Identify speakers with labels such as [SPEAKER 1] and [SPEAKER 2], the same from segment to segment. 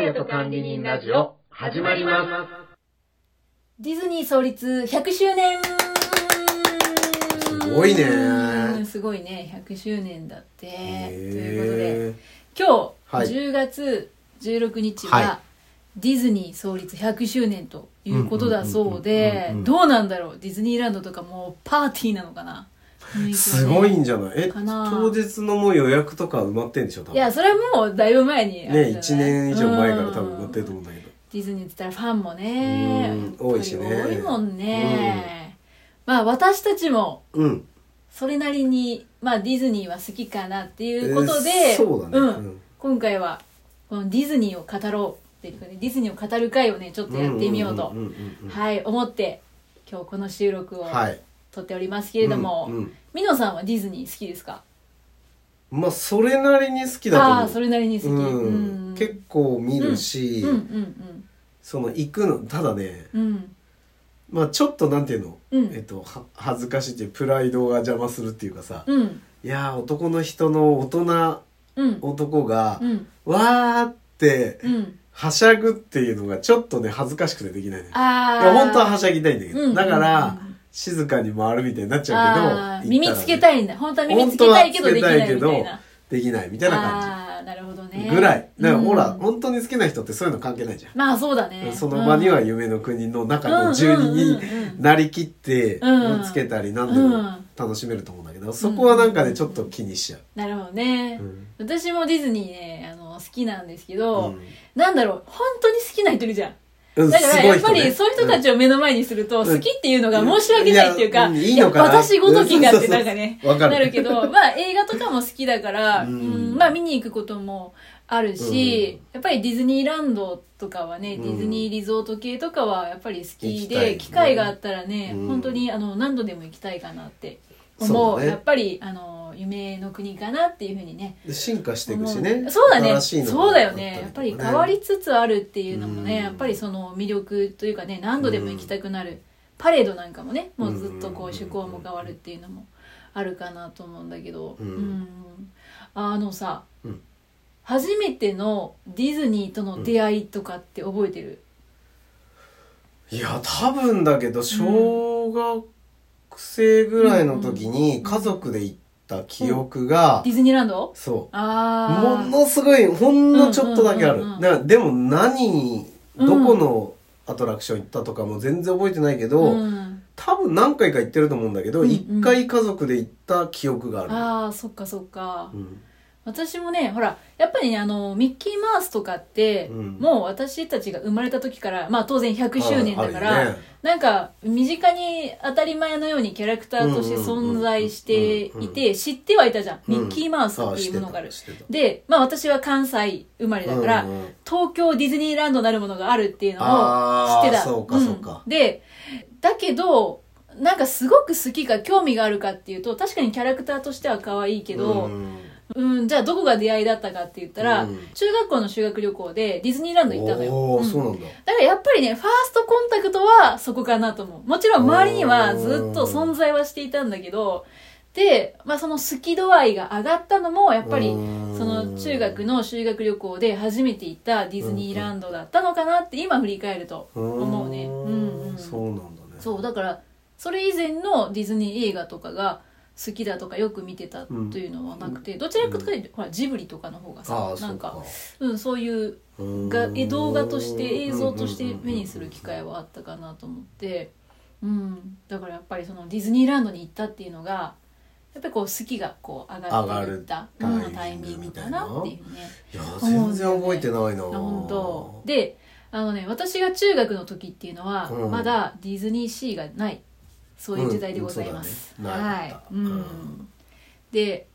[SPEAKER 1] ヤと管理人ラジオ、始まりま
[SPEAKER 2] ディズニー創立100周年
[SPEAKER 1] すごいね
[SPEAKER 2] うんすごいね100周年だってと
[SPEAKER 1] す。
[SPEAKER 2] い
[SPEAKER 1] へ
[SPEAKER 2] うことで今
[SPEAKER 1] はい
[SPEAKER 2] 日、10月16日は、
[SPEAKER 1] は
[SPEAKER 2] ディズニー創立100周年ということだそう
[SPEAKER 1] うんうんうんうん
[SPEAKER 2] で
[SPEAKER 1] うんうん
[SPEAKER 2] どうなんだろうディズニーランドとかもうパーティーなのかな
[SPEAKER 1] ーすごい
[SPEAKER 2] い
[SPEAKER 1] んじゃないえ、
[SPEAKER 2] かな
[SPEAKER 1] 当日のもう予約とか埋まってんでしょ多分。
[SPEAKER 2] やそれはもうだいぶ前にあ
[SPEAKER 1] ね、
[SPEAKER 2] る
[SPEAKER 1] 1
[SPEAKER 2] じゃない
[SPEAKER 1] 年以上前から多分埋まってると
[SPEAKER 2] う
[SPEAKER 1] 思
[SPEAKER 2] ん
[SPEAKER 1] うんだけど。
[SPEAKER 2] ディズニーって言ったらファンもね
[SPEAKER 1] うん
[SPEAKER 2] やっぱり
[SPEAKER 1] 多いしね
[SPEAKER 2] 多いもんね、まあ私たちも
[SPEAKER 1] うん。
[SPEAKER 2] それなりに、まあ、ディズニーは好きかなっていうことで、
[SPEAKER 1] えーそうだね。
[SPEAKER 2] ん今回はこのディズニーを語ろうっていうかねディズニーを語る会をねちょっとやってみようと、
[SPEAKER 1] んんんうんうん
[SPEAKER 2] はい思って今日この収録を
[SPEAKER 1] はい。
[SPEAKER 2] 撮っておりますけれども、
[SPEAKER 1] うんうん
[SPEAKER 2] ミノさんはディズニー好きですか
[SPEAKER 1] まあ、それなりに好きだと思う。
[SPEAKER 2] ああそれなりに好き、
[SPEAKER 1] うん
[SPEAKER 2] うん
[SPEAKER 1] 結構見るし、
[SPEAKER 2] うんうん
[SPEAKER 1] その行くの、ただね、
[SPEAKER 2] うんうん
[SPEAKER 1] まあちょっとなんていうの、
[SPEAKER 2] うん
[SPEAKER 1] えっと、は恥ずかしいっていうプライドが邪魔するっていうかさ、
[SPEAKER 2] うん
[SPEAKER 1] いやー男の人の大人
[SPEAKER 2] うん
[SPEAKER 1] 男が
[SPEAKER 2] う、ん
[SPEAKER 1] わーって
[SPEAKER 2] うん
[SPEAKER 1] はしゃぐっていうのがちょっとね恥ずかしくてできないねい
[SPEAKER 2] ああ
[SPEAKER 1] や本当ははしゃぎたいんだけど、
[SPEAKER 2] うん
[SPEAKER 1] だから、
[SPEAKER 2] うんうん
[SPEAKER 1] 静かに回るみたいになっちゃ
[SPEAKER 2] あ
[SPEAKER 1] う
[SPEAKER 2] ー
[SPEAKER 1] けど
[SPEAKER 2] 耳つけた
[SPEAKER 1] い
[SPEAKER 2] いんだ本当は耳つけたいけどできないみたいな
[SPEAKER 1] できないみたいな感
[SPEAKER 2] ああーなるほど
[SPEAKER 1] じ、
[SPEAKER 2] ね
[SPEAKER 1] ぐらいだからほら、
[SPEAKER 2] うん
[SPEAKER 1] 本当に好きな人ってそういうの関係ないじゃん、
[SPEAKER 2] まあそうだね
[SPEAKER 1] その場には
[SPEAKER 2] うん
[SPEAKER 1] 夢の国の中の住人になりきって
[SPEAKER 2] うん
[SPEAKER 1] 色つけたり何でも楽しめると思うんだけど、そこはなんかねちょっと気にしちゃう、
[SPEAKER 2] なるほどね、
[SPEAKER 1] うん
[SPEAKER 2] 私もディズニーねあの好きなんですけ
[SPEAKER 1] う
[SPEAKER 2] ど、
[SPEAKER 1] ん
[SPEAKER 2] なんだろう本当に好きな人いるじゃん
[SPEAKER 1] うん
[SPEAKER 2] だから
[SPEAKER 1] すご
[SPEAKER 2] や
[SPEAKER 1] い
[SPEAKER 2] っ
[SPEAKER 1] 人
[SPEAKER 2] ぱ
[SPEAKER 1] ね
[SPEAKER 2] りそういう人たちを目の前にする
[SPEAKER 1] う
[SPEAKER 2] と、
[SPEAKER 1] ん
[SPEAKER 2] 好きっていうのが申し訳ないっていうか、
[SPEAKER 1] いやいいのかない
[SPEAKER 2] や私ごときがってなんかね
[SPEAKER 1] わか
[SPEAKER 2] な
[SPEAKER 1] る
[SPEAKER 2] るけど まあ映画とかも好きだから、
[SPEAKER 1] う
[SPEAKER 2] うんんまあ見に行くこともあるし、やっぱりディズニーランドとかはね、
[SPEAKER 1] うん
[SPEAKER 2] ディズニーリゾート系とかはやっぱり好
[SPEAKER 1] 行き
[SPEAKER 2] き
[SPEAKER 1] たい
[SPEAKER 2] で、
[SPEAKER 1] ね
[SPEAKER 2] 機会があったらね、
[SPEAKER 1] うん
[SPEAKER 2] 本当にあの何度でも行きたいかなって
[SPEAKER 1] そ
[SPEAKER 2] 思
[SPEAKER 1] う
[SPEAKER 2] う
[SPEAKER 1] だね
[SPEAKER 2] やっぱりあの夢の国かなっていうふうにね
[SPEAKER 1] 進化していくしね
[SPEAKER 2] もうそうだね
[SPEAKER 1] 新しいのが
[SPEAKER 2] そうだよね
[SPEAKER 1] あ
[SPEAKER 2] やっ
[SPEAKER 1] った
[SPEAKER 2] ぱ
[SPEAKER 1] り
[SPEAKER 2] り
[SPEAKER 1] とかね
[SPEAKER 2] 変わりつつあるっていうのもね、
[SPEAKER 1] うん
[SPEAKER 2] やっぱりその魅力というかね何度でも行きたくなる、パレードなんかもねもうずっとこう
[SPEAKER 1] うん
[SPEAKER 2] 趣向も変わるっていうのもあるかなと思うんだけど、
[SPEAKER 1] うん
[SPEAKER 2] んあのさ、
[SPEAKER 1] うん
[SPEAKER 2] 初めてのディズニーとの出会いとかって覚えてる、
[SPEAKER 1] いや多分だけど小学生ぐらいの時に家族で行った記憶が、
[SPEAKER 2] ディズニーランド
[SPEAKER 1] そうも
[SPEAKER 2] ああ
[SPEAKER 1] のすごいほんのちょっとだけある、
[SPEAKER 2] うんうんうんうん
[SPEAKER 1] だからでも何に
[SPEAKER 2] う
[SPEAKER 1] ど
[SPEAKER 2] ん
[SPEAKER 1] このアトラクション行ったとかも全然覚えてないけど、
[SPEAKER 2] うん、
[SPEAKER 1] 多分何回か行ってると思うんだけど、
[SPEAKER 2] うんうん
[SPEAKER 1] 一回家族で行った記憶がある
[SPEAKER 2] あーそっかそっか、
[SPEAKER 1] うん
[SPEAKER 2] 私もねほらやっぱりねあのミッキーマウスとかって、
[SPEAKER 1] うん
[SPEAKER 2] もう私たちが生まれた時からまあ当然100周年だか
[SPEAKER 1] あある
[SPEAKER 2] ら、
[SPEAKER 1] よね
[SPEAKER 2] なんか身近に当たり前のようにキャラクターとして存在して
[SPEAKER 1] うんうん
[SPEAKER 2] い
[SPEAKER 1] うん
[SPEAKER 2] て知ってはいたじゃん、
[SPEAKER 1] うん
[SPEAKER 2] ミッキーマウス
[SPEAKER 1] あ
[SPEAKER 2] っ
[SPEAKER 1] あ
[SPEAKER 2] ていうものがある
[SPEAKER 1] してたして
[SPEAKER 2] でまあ私は関西生まれ
[SPEAKER 1] た
[SPEAKER 2] だから、
[SPEAKER 1] うんうん
[SPEAKER 2] 東京ディズニーランドなるものがあるっていうの
[SPEAKER 1] あー
[SPEAKER 2] を知ってた
[SPEAKER 1] そうかそうか
[SPEAKER 2] んでだけどなんかすごく好きか興味があるかっていうと確かにキャラクターとしては可愛いけど、
[SPEAKER 1] うん
[SPEAKER 2] うん、じゃあどこが出会いだったかって言ったら、
[SPEAKER 1] うん
[SPEAKER 2] 中学校の修学旅行でディズニーランド行ったのよ。
[SPEAKER 1] おー
[SPEAKER 2] うん
[SPEAKER 1] そうなんだ
[SPEAKER 2] だからやっぱりね、ファーストコンタクトはそこかなと思う。もちろん周りにはずっと存在はしていたんだけど、で、まあその好き度合いが上がったのも、やっぱり、その中学の修学旅行で初めて行ったディズニーランドだったのかなって今振り返ると思うね。うんうん。
[SPEAKER 1] そうなんだね
[SPEAKER 2] そうだからそれ以前のディズニー映画とかが好きだとかよく見てたというのはなくて、どちらかというと、ほらジブリとかの方が
[SPEAKER 1] あ
[SPEAKER 2] さ
[SPEAKER 1] あ
[SPEAKER 2] な
[SPEAKER 1] そうん
[SPEAKER 2] か
[SPEAKER 1] か
[SPEAKER 2] うん、そういう
[SPEAKER 1] うーん
[SPEAKER 2] がえ動画として映像として目にする機会はあったかなと思って、うん、だからやっぱりそのディズニーランドに行ったっていうのがやっぱりこう好きがこう上がっていった
[SPEAKER 1] 上がる
[SPEAKER 2] うんタイミングかなっていうね。
[SPEAKER 1] いや全然覚えてないな
[SPEAKER 2] あ本当であのね私が中学の時っていうのは、
[SPEAKER 1] うん
[SPEAKER 2] まだディズニーシーがないそういう時代でございます、
[SPEAKER 1] うんうんそうだね
[SPEAKER 2] は
[SPEAKER 1] なか
[SPEAKER 2] い
[SPEAKER 1] っ、た
[SPEAKER 2] うん
[SPEAKER 1] うん
[SPEAKER 2] で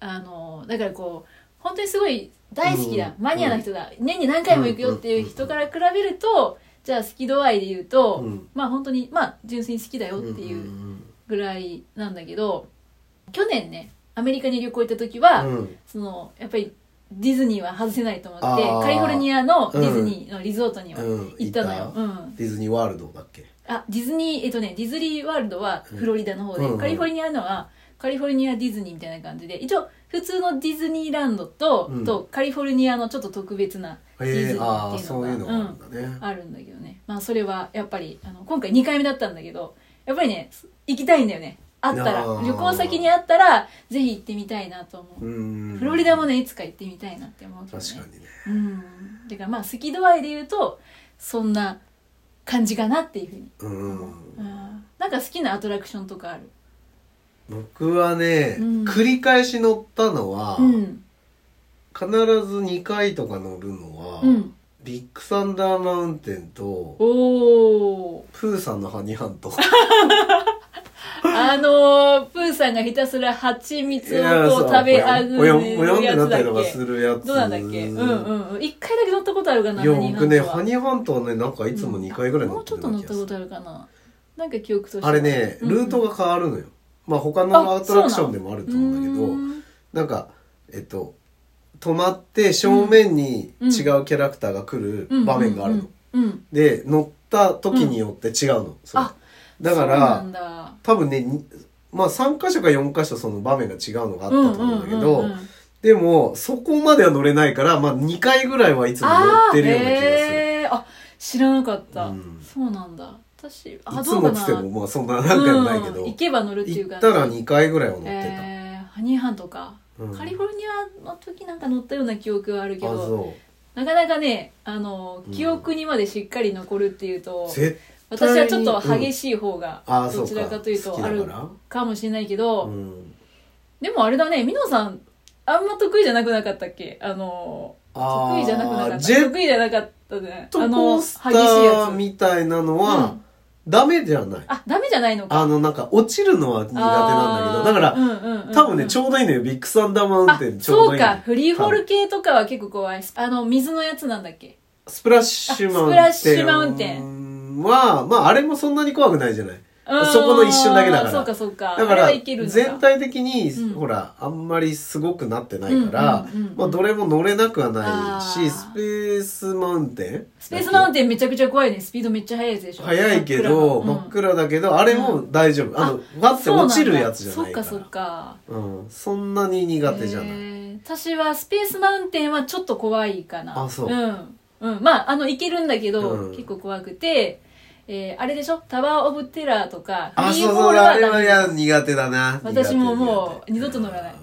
[SPEAKER 2] あのだからこう本当にすごい大好きだ、
[SPEAKER 1] うん
[SPEAKER 2] マニアな人だ、年に何回も行くよっていう人から比べると、じゃあ好き度合いで言うと、
[SPEAKER 1] うん
[SPEAKER 2] まあ本当にまあ純粋に好きだよっていうんぐらいなんだけど、去年ねアメリカに旅行行った時は、
[SPEAKER 1] うんうん
[SPEAKER 2] そのやっぱりディズニーは外せないと思って
[SPEAKER 1] あー
[SPEAKER 2] カリフォルニアのディズニーのリゾートには
[SPEAKER 1] うん
[SPEAKER 2] 行ったのよ、うん
[SPEAKER 1] ディズニーワールドだっけ
[SPEAKER 2] あディズニーえっとねディズニーワールドはフロリダの方で、
[SPEAKER 1] うん
[SPEAKER 2] カリフォルニアのはカリフォルニアディズニーみたいな感じで一応普通のディズニーランドと,、
[SPEAKER 1] うん
[SPEAKER 2] とカリフォルニアのちょっと特別なディズ
[SPEAKER 1] え
[SPEAKER 2] ニ
[SPEAKER 1] ー、ああ
[SPEAKER 2] ーっていう
[SPEAKER 1] そういうのが
[SPEAKER 2] のが、
[SPEAKER 1] あ
[SPEAKER 2] う
[SPEAKER 1] るん、
[SPEAKER 2] ん
[SPEAKER 1] だね、
[SPEAKER 2] あるんだけどね、まあ、それはやっぱりあの今回2回目だったんだけどやっぱりね行きたいんだよねあったら
[SPEAKER 1] あー
[SPEAKER 2] 旅行先にあったらぜひ行ってみたいなと思う、
[SPEAKER 1] うん
[SPEAKER 2] フロリダもねいつか行ってみたいなって思うけどね
[SPEAKER 1] 確かにね
[SPEAKER 2] うんだからまあ好き度合いで言うとそんな感じかなっていうふうに
[SPEAKER 1] うん、
[SPEAKER 2] うんなんか好きなアトラクションとかある
[SPEAKER 1] 僕はね、
[SPEAKER 2] うん
[SPEAKER 1] 繰り返し乗ったのは、
[SPEAKER 2] うん
[SPEAKER 1] 必ず2回とか乗るのは、
[SPEAKER 2] うん
[SPEAKER 1] ビッグサンダーマウンテンと
[SPEAKER 2] おお
[SPEAKER 1] プーさんのハニーハン ト
[SPEAKER 2] あのー、プーさんがひたすら蜂蜜をこう食べあぐ
[SPEAKER 1] およん
[SPEAKER 2] ね
[SPEAKER 1] およん
[SPEAKER 2] る
[SPEAKER 1] って
[SPEAKER 2] や
[SPEAKER 1] なった
[SPEAKER 2] つだっ
[SPEAKER 1] りとかす
[SPEAKER 2] け
[SPEAKER 1] るやつ
[SPEAKER 2] どうなんだっけうんうんうん一回だけ乗ったことあるかない
[SPEAKER 1] や
[SPEAKER 2] ハニーハ
[SPEAKER 1] 僕
[SPEAKER 2] ント
[SPEAKER 1] ね
[SPEAKER 2] は
[SPEAKER 1] ハニーハントはねなんかいつも2回ぐらい乗
[SPEAKER 2] もう
[SPEAKER 1] って
[SPEAKER 2] ちょっ
[SPEAKER 1] る
[SPEAKER 2] と
[SPEAKER 1] よう
[SPEAKER 2] 乗
[SPEAKER 1] な
[SPEAKER 2] っ
[SPEAKER 1] 気
[SPEAKER 2] た
[SPEAKER 1] がす
[SPEAKER 2] こと
[SPEAKER 1] る
[SPEAKER 2] あるかななんか記憶としては
[SPEAKER 1] あれね
[SPEAKER 2] うん
[SPEAKER 1] ルートが変わるのよ、まあ他のアトラクションでもあると思うんだけど
[SPEAKER 2] うーん
[SPEAKER 1] なんかえっと止まって正面に違うキャラクターが来る
[SPEAKER 2] うん
[SPEAKER 1] 場面があるの、
[SPEAKER 2] うんうんうん
[SPEAKER 1] で乗った時によって違うの、それ
[SPEAKER 2] あ
[SPEAKER 1] だか
[SPEAKER 2] そうな
[SPEAKER 1] ら
[SPEAKER 2] んだ
[SPEAKER 1] 多分ねにまあ3箇所か4箇所その場面が違うのがあったと思うんだけど、
[SPEAKER 2] うんうんうんうん
[SPEAKER 1] でもそこまでは乗れないから、まあ、2回ぐらいはいつも乗ってるような気がする。
[SPEAKER 2] あーへーあ知らなかった、
[SPEAKER 1] うん
[SPEAKER 2] そうなんだ私あ
[SPEAKER 1] いつ
[SPEAKER 2] どうか
[SPEAKER 1] も
[SPEAKER 2] な
[SPEAKER 1] つってもまあそんな何回もないけど、
[SPEAKER 2] うん行けば乗るっていう
[SPEAKER 1] 行
[SPEAKER 2] か
[SPEAKER 1] ったら2回ぐらいは乗ってた、
[SPEAKER 2] えーハニーハントか、
[SPEAKER 1] うん
[SPEAKER 2] カリフォルニアの時なんか乗ったような記憶はあるけ
[SPEAKER 1] あ
[SPEAKER 2] ど
[SPEAKER 1] そ
[SPEAKER 2] なかなかねあの
[SPEAKER 1] うん
[SPEAKER 2] 記憶にまでしっかり残るっていうと
[SPEAKER 1] う、絶対に
[SPEAKER 2] 私はちょっと激しい方が
[SPEAKER 1] あーそう
[SPEAKER 2] ど
[SPEAKER 1] か
[SPEAKER 2] ちらかというと
[SPEAKER 1] 好き
[SPEAKER 2] あ
[SPEAKER 1] だ
[SPEAKER 2] る
[SPEAKER 1] から
[SPEAKER 2] かもしれないけど、
[SPEAKER 1] うん、
[SPEAKER 2] でもあれだねみのさんあんま得意じゃなくなかったっけあの
[SPEAKER 1] あー
[SPEAKER 2] 得意じゃなくなかっ
[SPEAKER 1] ジ
[SPEAKER 2] た
[SPEAKER 1] ェッ
[SPEAKER 2] 得意じゃなかったね
[SPEAKER 1] ト
[SPEAKER 2] あ
[SPEAKER 1] コ
[SPEAKER 2] の
[SPEAKER 1] ー
[SPEAKER 2] 激し
[SPEAKER 1] スタ
[SPEAKER 2] いや
[SPEAKER 1] ー
[SPEAKER 2] つ
[SPEAKER 1] みたいなのは、
[SPEAKER 2] うん
[SPEAKER 1] ダメじゃない
[SPEAKER 2] あ、ダメじゃないのか。
[SPEAKER 1] あのなんか落ちるのは苦手なんだけどだから、
[SPEAKER 2] ら
[SPEAKER 1] 多分ねち
[SPEAKER 2] ょ
[SPEAKER 1] ょうどいいのよビッグサンダーマウンテンちょう
[SPEAKER 2] そ
[SPEAKER 1] どいうい
[SPEAKER 2] か、フリーフォー
[SPEAKER 1] 多
[SPEAKER 2] ル
[SPEAKER 1] 分
[SPEAKER 2] 系とかは結構怖い。あの、水のやつなんだっけ
[SPEAKER 1] スプラッシュマウンテン
[SPEAKER 2] あスプラッシュマウンテ
[SPEAKER 1] はまああれもそんなに怖くないじゃない
[SPEAKER 2] うん
[SPEAKER 1] そこの一瞬だけだから
[SPEAKER 2] そうか、そうか。
[SPEAKER 1] だ
[SPEAKER 2] あ
[SPEAKER 1] か
[SPEAKER 2] れは
[SPEAKER 1] ら
[SPEAKER 2] いけるんだ
[SPEAKER 1] 全体的に、
[SPEAKER 2] うん
[SPEAKER 1] ほらあんまりすごくなってないから、
[SPEAKER 2] うんうんうんうん
[SPEAKER 1] まあ、どれも乗れなくはない
[SPEAKER 2] あー
[SPEAKER 1] しスペースマウンテン
[SPEAKER 2] スペースマウン
[SPEAKER 1] ン
[SPEAKER 2] テンめちゃくちゃ怖いね。スピードめっちゃ速いやつでしょ。
[SPEAKER 1] 速いけど
[SPEAKER 2] 真
[SPEAKER 1] 真
[SPEAKER 2] っ
[SPEAKER 1] っ
[SPEAKER 2] 暗
[SPEAKER 1] 暗だけど、あれも大丈夫、あのガッて
[SPEAKER 2] そうなんだ
[SPEAKER 1] 落ちるやつじゃないから
[SPEAKER 2] そっか、そっか。
[SPEAKER 1] うん、そんなに苦手じゃない、
[SPEAKER 2] へー私はスペースマウンテンはちょっと怖いかな、
[SPEAKER 1] あそうん
[SPEAKER 2] うん、まああの行けるんだけど、
[SPEAKER 1] うん
[SPEAKER 2] 結構怖くて、えーあれでしょタワー・オブ・テラーとか
[SPEAKER 1] あ
[SPEAKER 2] フリー
[SPEAKER 1] そう
[SPEAKER 2] フォ
[SPEAKER 1] そ
[SPEAKER 2] ー
[SPEAKER 1] う
[SPEAKER 2] ル
[SPEAKER 1] あ
[SPEAKER 2] は
[SPEAKER 1] れは
[SPEAKER 2] ダ
[SPEAKER 1] い
[SPEAKER 2] メ
[SPEAKER 1] や苦手だな
[SPEAKER 2] 私も
[SPEAKER 1] 苦手
[SPEAKER 2] もう
[SPEAKER 1] 苦手
[SPEAKER 2] 二度と乗らない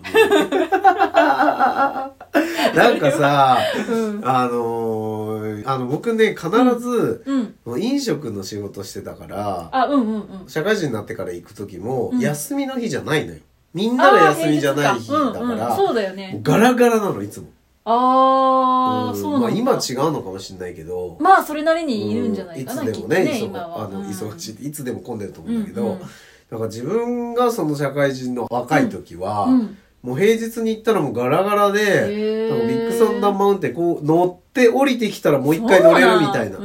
[SPEAKER 1] うんなんかさ
[SPEAKER 2] うん
[SPEAKER 1] あのーあの僕ね必ず、
[SPEAKER 2] うん
[SPEAKER 1] 飲食の仕事してたから
[SPEAKER 2] あうんうんうん
[SPEAKER 1] 社会人になってから行く時も、
[SPEAKER 2] うん
[SPEAKER 1] 休みの日じゃないのよみんなの休みじゃない日だから、
[SPEAKER 2] うんうん、そうだよね
[SPEAKER 1] ガラガラなのいつも
[SPEAKER 2] ああ、
[SPEAKER 1] うん
[SPEAKER 2] そうなんだ、
[SPEAKER 1] まあ、今違うのかもしれないけど、
[SPEAKER 2] まあそれなりにいるんじゃないかな、
[SPEAKER 1] うんいつ
[SPEAKER 2] き
[SPEAKER 1] で
[SPEAKER 2] っ
[SPEAKER 1] も
[SPEAKER 2] と
[SPEAKER 1] ね
[SPEAKER 2] ね
[SPEAKER 1] 忙
[SPEAKER 2] 今は
[SPEAKER 1] あの忙し
[SPEAKER 2] い
[SPEAKER 1] いいつでも混んでると思うんだけど、
[SPEAKER 2] うんうん
[SPEAKER 1] だから自分がその社会人の若い時は、
[SPEAKER 2] うん
[SPEAKER 1] もう平日に行ったらもうガラガラで、
[SPEAKER 2] へ
[SPEAKER 1] なんかビッグサンダー
[SPEAKER 2] ン
[SPEAKER 1] マウンテンこう乗って降りてきたらもう一回乗れるみたいな。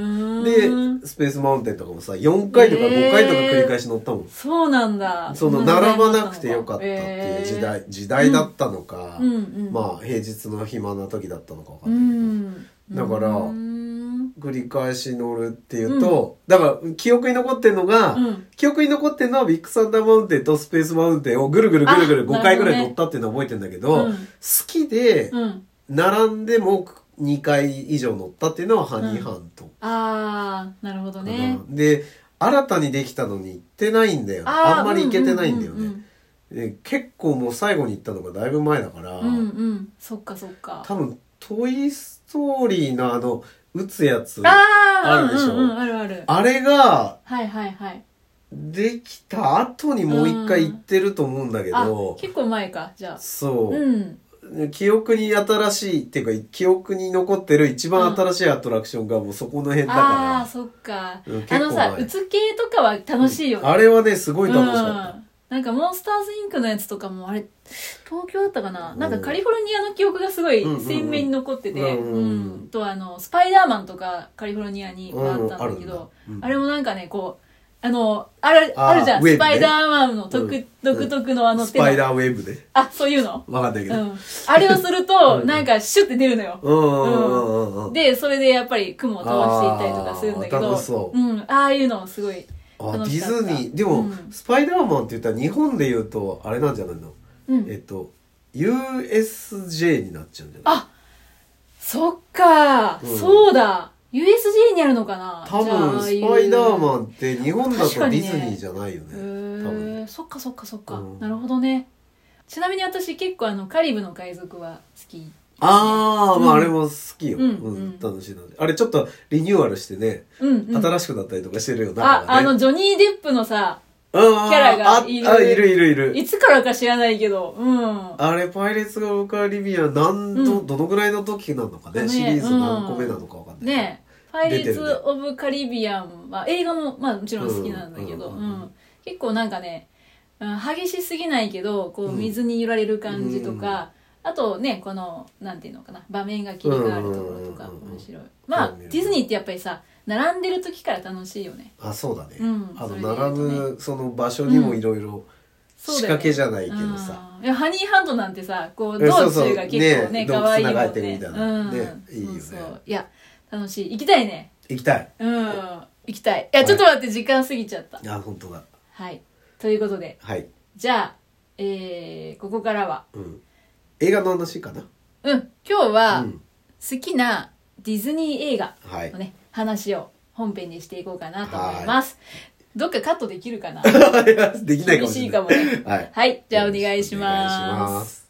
[SPEAKER 1] で、スペースマウンテンとかもさ、4回とか5回とか繰り返し乗ったもん。
[SPEAKER 2] そうなんだ
[SPEAKER 1] その
[SPEAKER 2] ん時代
[SPEAKER 1] 並ば
[SPEAKER 2] に
[SPEAKER 1] なくてよかったっていう時代、時代だったのか、
[SPEAKER 2] うんうん
[SPEAKER 1] まあ平日の暇な時だったのかわか
[SPEAKER 2] うん
[SPEAKER 1] ないけ
[SPEAKER 2] ん
[SPEAKER 1] だから
[SPEAKER 2] うん
[SPEAKER 1] ど、繰り返し乗るっていうと、だから記憶に残ってるのが、
[SPEAKER 2] うん
[SPEAKER 1] 記憶に残ってるのはビッグサンダーマウンテンとスペースマウンテンをぐるぐるぐるぐる
[SPEAKER 2] あ
[SPEAKER 1] 5回ぐらい
[SPEAKER 2] なるほどね
[SPEAKER 1] 乗ったっていうのは覚えてんだけど、
[SPEAKER 2] うん
[SPEAKER 1] 好きで
[SPEAKER 2] うん
[SPEAKER 1] 並んでも2回以上乗ったっていうのはハニーハント
[SPEAKER 2] ああなるほ
[SPEAKER 1] か
[SPEAKER 2] ど
[SPEAKER 1] な、
[SPEAKER 2] ね
[SPEAKER 1] で新たにできたのに行ってないんだよあんまり行けてないんだよね、で結構もう最後に行ったのがだいぶ前だから、
[SPEAKER 2] うんうんうんうんうんそっかそっか
[SPEAKER 1] 多分「トイ・ストーリー」のあの撃つやつあ
[SPEAKER 2] ああ
[SPEAKER 1] あるでしょ
[SPEAKER 2] うんうんうん、あるある
[SPEAKER 1] れが
[SPEAKER 2] はいはいはい
[SPEAKER 1] できた後にもう一回行ってると思うんだけ
[SPEAKER 2] あ
[SPEAKER 1] ど、
[SPEAKER 2] 結構前かじゃあ
[SPEAKER 1] そうう、
[SPEAKER 2] ん
[SPEAKER 1] 記憶に新しいっていうか記憶に残ってる一番新しいアトラクションがもうそこの辺だ
[SPEAKER 2] ああ
[SPEAKER 1] か
[SPEAKER 2] そっか、
[SPEAKER 1] うん結
[SPEAKER 2] あ
[SPEAKER 1] 構
[SPEAKER 2] のさ
[SPEAKER 1] 前
[SPEAKER 2] うつ系とかは楽しいよ
[SPEAKER 1] ら、
[SPEAKER 2] ね、
[SPEAKER 1] あれはねすごい楽しかっ
[SPEAKER 2] うんなんかモンスターズインクのやつとかもあれ東京だったかななんかカリフォルニアの記憶がすごい
[SPEAKER 1] うんうんうん
[SPEAKER 2] 鮮明に残ってて、
[SPEAKER 1] うんうんうん
[SPEAKER 2] うんとあのスパイダーマンとかカリフォルニアに
[SPEAKER 1] うん
[SPEAKER 2] あったんだ
[SPEAKER 1] あ
[SPEAKER 2] けど、
[SPEAKER 1] るんだうん
[SPEAKER 2] あれもなんかねこうあのある
[SPEAKER 1] あー
[SPEAKER 2] あるじゃん、
[SPEAKER 1] ウェーブね
[SPEAKER 2] スパイダーマンの独,、
[SPEAKER 1] うん
[SPEAKER 2] 独特のあ
[SPEAKER 1] た、
[SPEAKER 2] の
[SPEAKER 1] スパイ
[SPEAKER 2] の
[SPEAKER 1] ダーウェーブで
[SPEAKER 2] あそういうの、
[SPEAKER 1] わかんないけ
[SPEAKER 2] う
[SPEAKER 1] ど、うん、
[SPEAKER 2] ん、あれをする
[SPEAKER 1] うん
[SPEAKER 2] と
[SPEAKER 1] うん
[SPEAKER 2] なんかシュッて出るのよ
[SPEAKER 1] うんうんうんうん
[SPEAKER 2] でそれでやっぱり雲を飛ばしていったりとかするんだけ
[SPEAKER 1] あー
[SPEAKER 2] ど、
[SPEAKER 1] 楽しそうん
[SPEAKER 2] ああいうのもすごい
[SPEAKER 1] あデ
[SPEAKER 2] 楽し
[SPEAKER 1] ィ
[SPEAKER 2] かった
[SPEAKER 1] ズニーでも、
[SPEAKER 2] うん
[SPEAKER 1] スパイダーマンって言ったら日本で言うとあれなんじゃないの、
[SPEAKER 2] うん
[SPEAKER 1] えっと USJ になっちゃうんじゃない
[SPEAKER 2] あそっか、
[SPEAKER 1] うん
[SPEAKER 2] そうだ USJ にあるのかな
[SPEAKER 1] 多分スパイダーマンって日本だと
[SPEAKER 2] 確
[SPEAKER 1] デ
[SPEAKER 2] かに
[SPEAKER 1] ィ
[SPEAKER 2] ね
[SPEAKER 1] ズニーじゃないよね
[SPEAKER 2] へ
[SPEAKER 1] 多分
[SPEAKER 2] えそっかそっかそっか、
[SPEAKER 1] うん
[SPEAKER 2] なるほどねちなみに私結構あのカリブの海賊は好き
[SPEAKER 1] ああ、まあ
[SPEAKER 2] う
[SPEAKER 1] あ
[SPEAKER 2] ん
[SPEAKER 1] れも好きよ、
[SPEAKER 2] うんうん
[SPEAKER 1] 楽しいのであれちょっとリニューアルしてね、
[SPEAKER 2] うん、うん、
[SPEAKER 1] 新しくなったりとかしてるよ
[SPEAKER 2] あ
[SPEAKER 1] だか
[SPEAKER 2] あ
[SPEAKER 1] らね
[SPEAKER 2] のジョニー・デップのさ
[SPEAKER 1] キャ
[SPEAKER 2] キャラがいる
[SPEAKER 1] ああいるいるいる
[SPEAKER 2] いつからか知らないけどうん
[SPEAKER 1] あれパイレーツ・オブ・カリビアン何度、
[SPEAKER 2] うん
[SPEAKER 1] どのぐらいの時なのかね
[SPEAKER 2] ね
[SPEAKER 1] シリーズ何個目なのかわかんないけど、
[SPEAKER 2] ねパイレー
[SPEAKER 1] 出て
[SPEAKER 2] ツ・
[SPEAKER 1] るね
[SPEAKER 2] オブ・カリビアンは映画も、まあ、もちろん好きなんだけど、
[SPEAKER 1] う
[SPEAKER 2] うんん
[SPEAKER 1] うんうんうん
[SPEAKER 2] 結構なんかねうん激しすぎないけどこう
[SPEAKER 1] うん
[SPEAKER 2] 水に揺られる感じとか、あとねこのなんていうのかな場面が切り替わるところとか
[SPEAKER 1] うんうんうんうん
[SPEAKER 2] 面白いまあ
[SPEAKER 1] そうね
[SPEAKER 2] ディズニーってやっぱりさ並んでる時から楽しいよね
[SPEAKER 1] あそうだね、
[SPEAKER 2] うん
[SPEAKER 1] あの
[SPEAKER 2] それで言うとね
[SPEAKER 1] 並ぶその場所にもいろいろ仕
[SPEAKER 2] そうだよ
[SPEAKER 1] 掛
[SPEAKER 2] ね
[SPEAKER 1] けじゃないけどさ、
[SPEAKER 2] うんいやハニーハントなんてさこう
[SPEAKER 1] え
[SPEAKER 2] 道中
[SPEAKER 1] そうそう
[SPEAKER 2] が結構
[SPEAKER 1] ね
[SPEAKER 2] ね可愛いもん
[SPEAKER 1] 洞窟
[SPEAKER 2] ね
[SPEAKER 1] 流れてるみたいな
[SPEAKER 2] うん
[SPEAKER 1] ねいいよね
[SPEAKER 2] そうそういや楽しい行きたいね
[SPEAKER 1] 行きたい
[SPEAKER 2] うん行きたいいやちょっと待って時間過ぎちゃった
[SPEAKER 1] あ本当だ
[SPEAKER 2] はいということで
[SPEAKER 1] はい、
[SPEAKER 2] じゃあえーここからは
[SPEAKER 1] うん、映画の話かな
[SPEAKER 2] うん今日は
[SPEAKER 1] うん
[SPEAKER 2] 好きなディズニー映画
[SPEAKER 1] はい
[SPEAKER 2] のね話を本編にしていこうかなと思いますどっかカットできるかな
[SPEAKER 1] できないかもしれない
[SPEAKER 2] 厳しいかもね
[SPEAKER 1] はい、
[SPEAKER 2] はいじゃあお願いします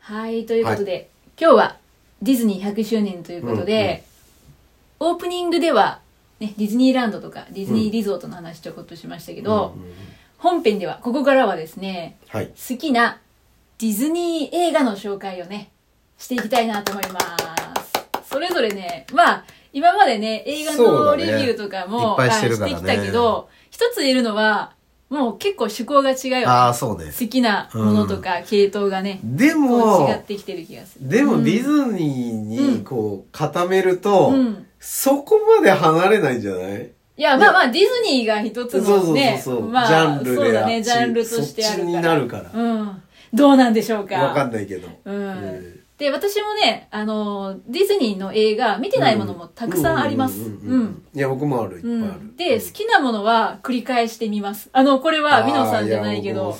[SPEAKER 2] はい、ということで、今日はディズニー100周年ということで、オープニングでは、ね、ディズニーランドとかディズニーリゾートの話ちょこっとしましたけど、
[SPEAKER 1] うんうんうん
[SPEAKER 2] 本編では、ここからはですね、
[SPEAKER 1] はい
[SPEAKER 2] 好きなディズニー映画の紹介をね、していきたいなと思います。それぞれね、まあ、今までね、映画
[SPEAKER 1] そうだ
[SPEAKER 2] の
[SPEAKER 1] ね
[SPEAKER 2] レビューとか
[SPEAKER 1] い
[SPEAKER 2] も、
[SPEAKER 1] っぱい
[SPEAKER 2] あ
[SPEAKER 1] してる
[SPEAKER 2] し
[SPEAKER 1] から
[SPEAKER 2] て
[SPEAKER 1] ね
[SPEAKER 2] きたけど、一つ言えるのは、もう結構趣向が違うよ ね。
[SPEAKER 1] ああそうね
[SPEAKER 2] 好きなものとか、系統がね、
[SPEAKER 1] で
[SPEAKER 2] こう違っ
[SPEAKER 1] も
[SPEAKER 2] てきてる気がする。
[SPEAKER 1] でもデ
[SPEAKER 2] ズ
[SPEAKER 1] ィズニーにこう固めると、
[SPEAKER 2] うん
[SPEAKER 1] そこまで離れないんじゃない
[SPEAKER 2] いや、まあまあ、ディズニーが一
[SPEAKER 1] そ
[SPEAKER 2] つ
[SPEAKER 1] うそう
[SPEAKER 2] の
[SPEAKER 1] そう
[SPEAKER 2] ね、
[SPEAKER 1] そう、
[SPEAKER 2] まあ、
[SPEAKER 1] ジャンルで
[SPEAKER 2] そうだ
[SPEAKER 1] あっ
[SPEAKER 2] ね、
[SPEAKER 1] ち
[SPEAKER 2] ジャンルとしてあ
[SPEAKER 1] そっち
[SPEAKER 2] る
[SPEAKER 1] に
[SPEAKER 2] か
[SPEAKER 1] な
[SPEAKER 2] ら。
[SPEAKER 1] るから、
[SPEAKER 2] うん。どうなんでしょうか。
[SPEAKER 1] わかんないけど、
[SPEAKER 2] うん
[SPEAKER 1] うん
[SPEAKER 2] で、私もね、あの、ディズニーの映画、見てないものもたくさんあります。
[SPEAKER 1] う
[SPEAKER 2] うん。
[SPEAKER 1] うんいや僕もあるいっぱ
[SPEAKER 2] う
[SPEAKER 1] いある、
[SPEAKER 2] ん。で、好きなものは繰り返してみます。あの、これは、ミノさんじゃないけど、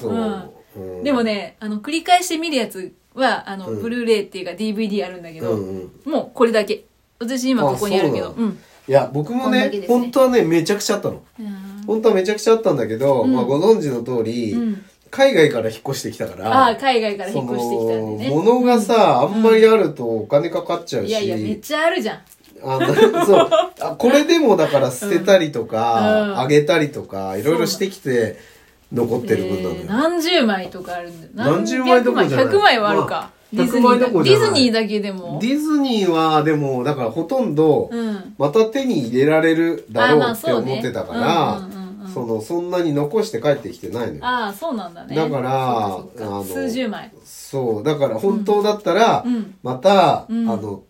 [SPEAKER 2] うん。
[SPEAKER 1] ん
[SPEAKER 2] でも、ね、あの、繰り返して見るやつは、あの、
[SPEAKER 1] うん
[SPEAKER 2] ブルーレイっていうか DVD あるんだけ
[SPEAKER 1] う
[SPEAKER 2] ど、
[SPEAKER 1] んうん、
[SPEAKER 2] もうこれだけ。私今ここにあるけ
[SPEAKER 1] あ
[SPEAKER 2] ど、。
[SPEAKER 1] そううんいや僕も
[SPEAKER 2] こん
[SPEAKER 1] ね
[SPEAKER 2] だけですね
[SPEAKER 1] 本当はねめちゃくちゃあったの
[SPEAKER 2] うん
[SPEAKER 1] 本当はめちゃくちゃあったんだけど、
[SPEAKER 2] うん
[SPEAKER 1] まあ、ご存知の通り、
[SPEAKER 2] うん
[SPEAKER 1] 海外から引っ越してきたから
[SPEAKER 2] ああ、海外から
[SPEAKER 1] そ
[SPEAKER 2] 引っ
[SPEAKER 1] の
[SPEAKER 2] 越してきたんでね。
[SPEAKER 1] 物がさ、あんまりあるとお金かかっちゃうし、
[SPEAKER 2] いやいや、めっちゃあるじゃん。
[SPEAKER 1] あの そうあこれでもだから捨てたりとか、
[SPEAKER 2] うんうん
[SPEAKER 1] あげたりとかいろいろしてきて残ってる分なのよ、
[SPEAKER 2] えー何十枚とかあるんだよ。
[SPEAKER 1] 何十枚どころじゃない
[SPEAKER 2] 100枚はあるか。
[SPEAKER 1] まあ
[SPEAKER 2] ディズ
[SPEAKER 1] 100
[SPEAKER 2] ニーだ
[SPEAKER 1] 枚どころじ
[SPEAKER 2] デ
[SPEAKER 1] ゃ
[SPEAKER 2] ィ
[SPEAKER 1] ない
[SPEAKER 2] ズニーだけでも
[SPEAKER 1] デ。ィズニーはでもだからほとんど
[SPEAKER 2] うん。
[SPEAKER 1] また手に入れられるだ
[SPEAKER 2] あま
[SPEAKER 1] ろう
[SPEAKER 2] あ
[SPEAKER 1] って
[SPEAKER 2] そうね
[SPEAKER 1] 思ってたか
[SPEAKER 2] うんうんうんう
[SPEAKER 1] ら
[SPEAKER 2] ん
[SPEAKER 1] そのそんなに残して帰ってきてないのよ
[SPEAKER 2] ああ、そうなんだね。
[SPEAKER 1] だから
[SPEAKER 2] そうかそうか
[SPEAKER 1] あの
[SPEAKER 2] 数十枚。
[SPEAKER 1] そうだから本当だったら
[SPEAKER 2] うん
[SPEAKER 1] また、
[SPEAKER 2] うん
[SPEAKER 1] あの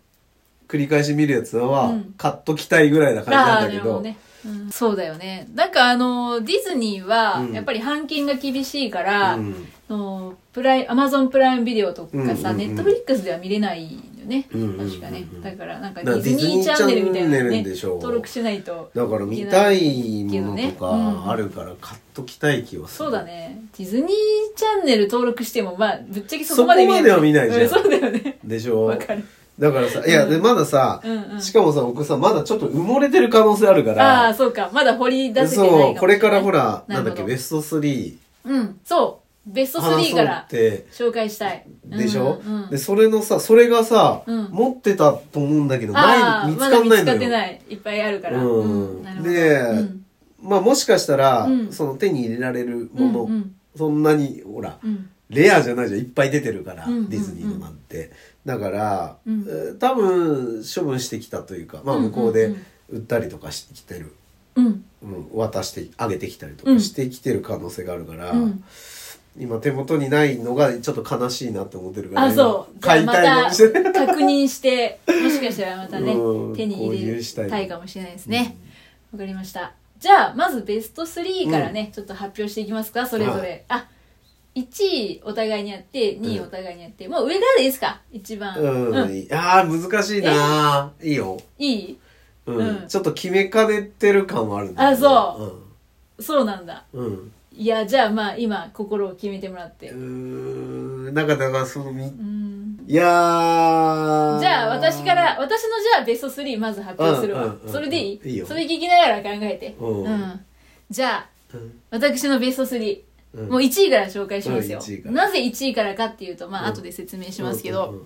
[SPEAKER 1] 繰り返し見るやつは
[SPEAKER 2] うん
[SPEAKER 1] 買っときたいぐらいな感じ
[SPEAKER 2] あ
[SPEAKER 1] な
[SPEAKER 2] あ、
[SPEAKER 1] んだ
[SPEAKER 2] な
[SPEAKER 1] け
[SPEAKER 2] るほ
[SPEAKER 1] ど,、
[SPEAKER 2] どね。うんそうだよね。なんかあの、ディズニーは
[SPEAKER 1] う、ん
[SPEAKER 2] やっぱり版権が厳しいから、
[SPEAKER 1] うん
[SPEAKER 2] あのプライアマゾンプライムビデオとかさ、
[SPEAKER 1] うんうんう
[SPEAKER 2] ネ
[SPEAKER 1] ん
[SPEAKER 2] ットフリックスでは見れないよね、
[SPEAKER 1] うんうんうんうん
[SPEAKER 2] 確かねだからなんか
[SPEAKER 1] だ
[SPEAKER 2] デ
[SPEAKER 1] から
[SPEAKER 2] ィズニーチャンネルみたい
[SPEAKER 1] ディズニーチャンネ
[SPEAKER 2] なのね
[SPEAKER 1] ルでしょ
[SPEAKER 2] 登録しないと
[SPEAKER 1] だから見たい
[SPEAKER 2] け
[SPEAKER 1] も
[SPEAKER 2] ど
[SPEAKER 1] の
[SPEAKER 2] ね
[SPEAKER 1] とかあるから買っときたい気はする、
[SPEAKER 2] そうだねディズニーチャンネル登録してもまあぶっちゃけそ
[SPEAKER 1] そこ
[SPEAKER 2] こま
[SPEAKER 1] ま
[SPEAKER 2] で見
[SPEAKER 1] では見ないじゃん
[SPEAKER 2] うん そうだよね
[SPEAKER 1] でしょ
[SPEAKER 2] わかる
[SPEAKER 1] だからさいやでまださ、
[SPEAKER 2] うんうん
[SPEAKER 1] しかもさ僕さまだちょっと埋もれてる可能性あるか
[SPEAKER 2] ああ
[SPEAKER 1] ら
[SPEAKER 2] そうかまだ掘り出せてないかもしれ
[SPEAKER 1] そ
[SPEAKER 2] な
[SPEAKER 1] う
[SPEAKER 2] い
[SPEAKER 1] これからほらな
[SPEAKER 2] なる
[SPEAKER 1] ん
[SPEAKER 2] ほ
[SPEAKER 1] だ
[SPEAKER 2] ど
[SPEAKER 1] っけベスト3
[SPEAKER 2] うんそうベスト
[SPEAKER 1] 話
[SPEAKER 2] 3か
[SPEAKER 1] そう
[SPEAKER 2] ら
[SPEAKER 1] って
[SPEAKER 2] 紹介したい
[SPEAKER 1] でしょ、
[SPEAKER 2] うんうん
[SPEAKER 1] でそれのさそれがさ、
[SPEAKER 2] うん
[SPEAKER 1] 持ってたと思うんだけど
[SPEAKER 2] あ
[SPEAKER 1] な
[SPEAKER 2] あ
[SPEAKER 1] い見つ
[SPEAKER 2] ま
[SPEAKER 1] か
[SPEAKER 2] だ
[SPEAKER 1] ん
[SPEAKER 2] 見
[SPEAKER 1] ないの
[SPEAKER 2] つか
[SPEAKER 1] よ
[SPEAKER 2] ってないいっぱいあるから、
[SPEAKER 1] うん
[SPEAKER 2] なるほど
[SPEAKER 1] で
[SPEAKER 2] うん
[SPEAKER 1] まあもしかしたら、
[SPEAKER 2] うん
[SPEAKER 1] その手に入れられる
[SPEAKER 2] う
[SPEAKER 1] も
[SPEAKER 2] ん
[SPEAKER 1] の、
[SPEAKER 2] うん
[SPEAKER 1] そんなにほら
[SPEAKER 2] うん
[SPEAKER 1] レアじゃないじゃんいっぱい出てるから、
[SPEAKER 2] うんうんうん
[SPEAKER 1] ディズニーのなんてだから、
[SPEAKER 2] うん
[SPEAKER 1] えー多分処分してきたというか、まあ、
[SPEAKER 2] うんうんう
[SPEAKER 1] 向
[SPEAKER 2] ん
[SPEAKER 1] こうで売ったりとかしてきてる、
[SPEAKER 2] うん
[SPEAKER 1] うん、渡してあげてきたりと
[SPEAKER 2] う
[SPEAKER 1] か
[SPEAKER 2] ん
[SPEAKER 1] してきてる可能性があるから、
[SPEAKER 2] うん
[SPEAKER 1] 今手元にないのがちょっと悲しいなって思ってるから、
[SPEAKER 2] あ、そう。じゃ
[SPEAKER 1] 買
[SPEAKER 2] あ
[SPEAKER 1] い
[SPEAKER 2] ま
[SPEAKER 1] たいの
[SPEAKER 2] た
[SPEAKER 1] にしてね
[SPEAKER 2] 確認して、もしかしたらまたね
[SPEAKER 1] うん、
[SPEAKER 2] 手に入
[SPEAKER 1] 購入した
[SPEAKER 2] れ
[SPEAKER 1] い
[SPEAKER 2] たいかもしれないですね。わかりました。じゃあ、まずベスト3からね、ちょっと発表していきますか、それぞれ。あ、 1位お互いにあって2位
[SPEAKER 1] うん
[SPEAKER 2] お互いにあって、もう上からでいいですか一番、
[SPEAKER 1] うん。
[SPEAKER 2] うん
[SPEAKER 1] ああ、難しいなーいいよ。
[SPEAKER 2] いい
[SPEAKER 1] うん。
[SPEAKER 2] うん
[SPEAKER 1] ちょっと決めかねてる感はあるんだけど
[SPEAKER 2] あそうなんだ
[SPEAKER 1] う。うん。
[SPEAKER 2] いやじゃあまあ今心を決めてもらって
[SPEAKER 1] う。
[SPEAKER 2] うん
[SPEAKER 1] うーん。なんか、だからそのみ、
[SPEAKER 2] ん
[SPEAKER 1] いやー。
[SPEAKER 2] じゃあ私か。ら私のじゃあベスト3まず発表するわ、
[SPEAKER 1] うんうんうん
[SPEAKER 2] それでいい
[SPEAKER 1] いいよ
[SPEAKER 2] それ聞きながら考えて
[SPEAKER 1] うん
[SPEAKER 2] じゃあ
[SPEAKER 1] うん。
[SPEAKER 2] 私のベスト3、
[SPEAKER 1] うん
[SPEAKER 2] もう1位から紹介します
[SPEAKER 1] う
[SPEAKER 2] よ
[SPEAKER 1] ん一位、から
[SPEAKER 2] なぜ1位からかっていうとまあ
[SPEAKER 1] うん
[SPEAKER 2] 後で説明しますけど、
[SPEAKER 1] うん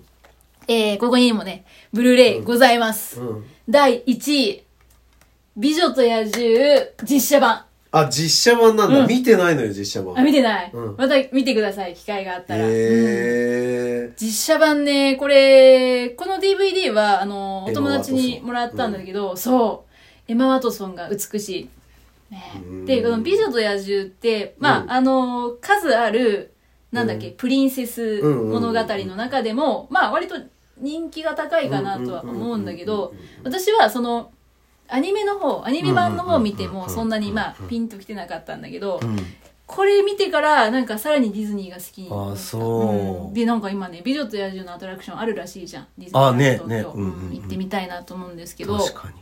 [SPEAKER 2] えー、ここにもねブルーレイございます、
[SPEAKER 1] うんうん。
[SPEAKER 2] 第1位「美女と野獣」実写版
[SPEAKER 1] あ、実写版なんだ。
[SPEAKER 2] うん
[SPEAKER 1] 見てないのよ、実写版。
[SPEAKER 2] あ見てない、
[SPEAKER 1] うん
[SPEAKER 2] また見てください機会があったら、うん
[SPEAKER 1] へー。
[SPEAKER 2] 実写版ねこれこの DVD はあのお
[SPEAKER 1] エマ
[SPEAKER 2] 友
[SPEAKER 1] ワト
[SPEAKER 2] 達に
[SPEAKER 1] ソン
[SPEAKER 2] もらったんだけど、そうエマ・ワトソンが美しい、ね
[SPEAKER 1] うん
[SPEAKER 2] でこの「美女と野獣」ってまあ、
[SPEAKER 1] うん
[SPEAKER 2] あの数あるなんだっけ、
[SPEAKER 1] う
[SPEAKER 2] プリンセス物語の中でも、まあ割と人気が高いかなとは思うんだけど、私はそのアニメの方アニメ版の方を見て
[SPEAKER 1] うんうんうんう
[SPEAKER 2] も
[SPEAKER 1] ん
[SPEAKER 2] そんなにまあピンときてなかったんだけど
[SPEAKER 1] うん。
[SPEAKER 2] これ見てからなんかさらにディズニーが好きになった
[SPEAKER 1] あそう
[SPEAKER 2] うんでなんか今ね「美女と野獣」のアトラクションあるらしいじゃんディズニー
[SPEAKER 1] あね
[SPEAKER 2] ランド東京
[SPEAKER 1] ねうんうんうん
[SPEAKER 2] 行ってみたいなと思うんですけど
[SPEAKER 1] 確かに。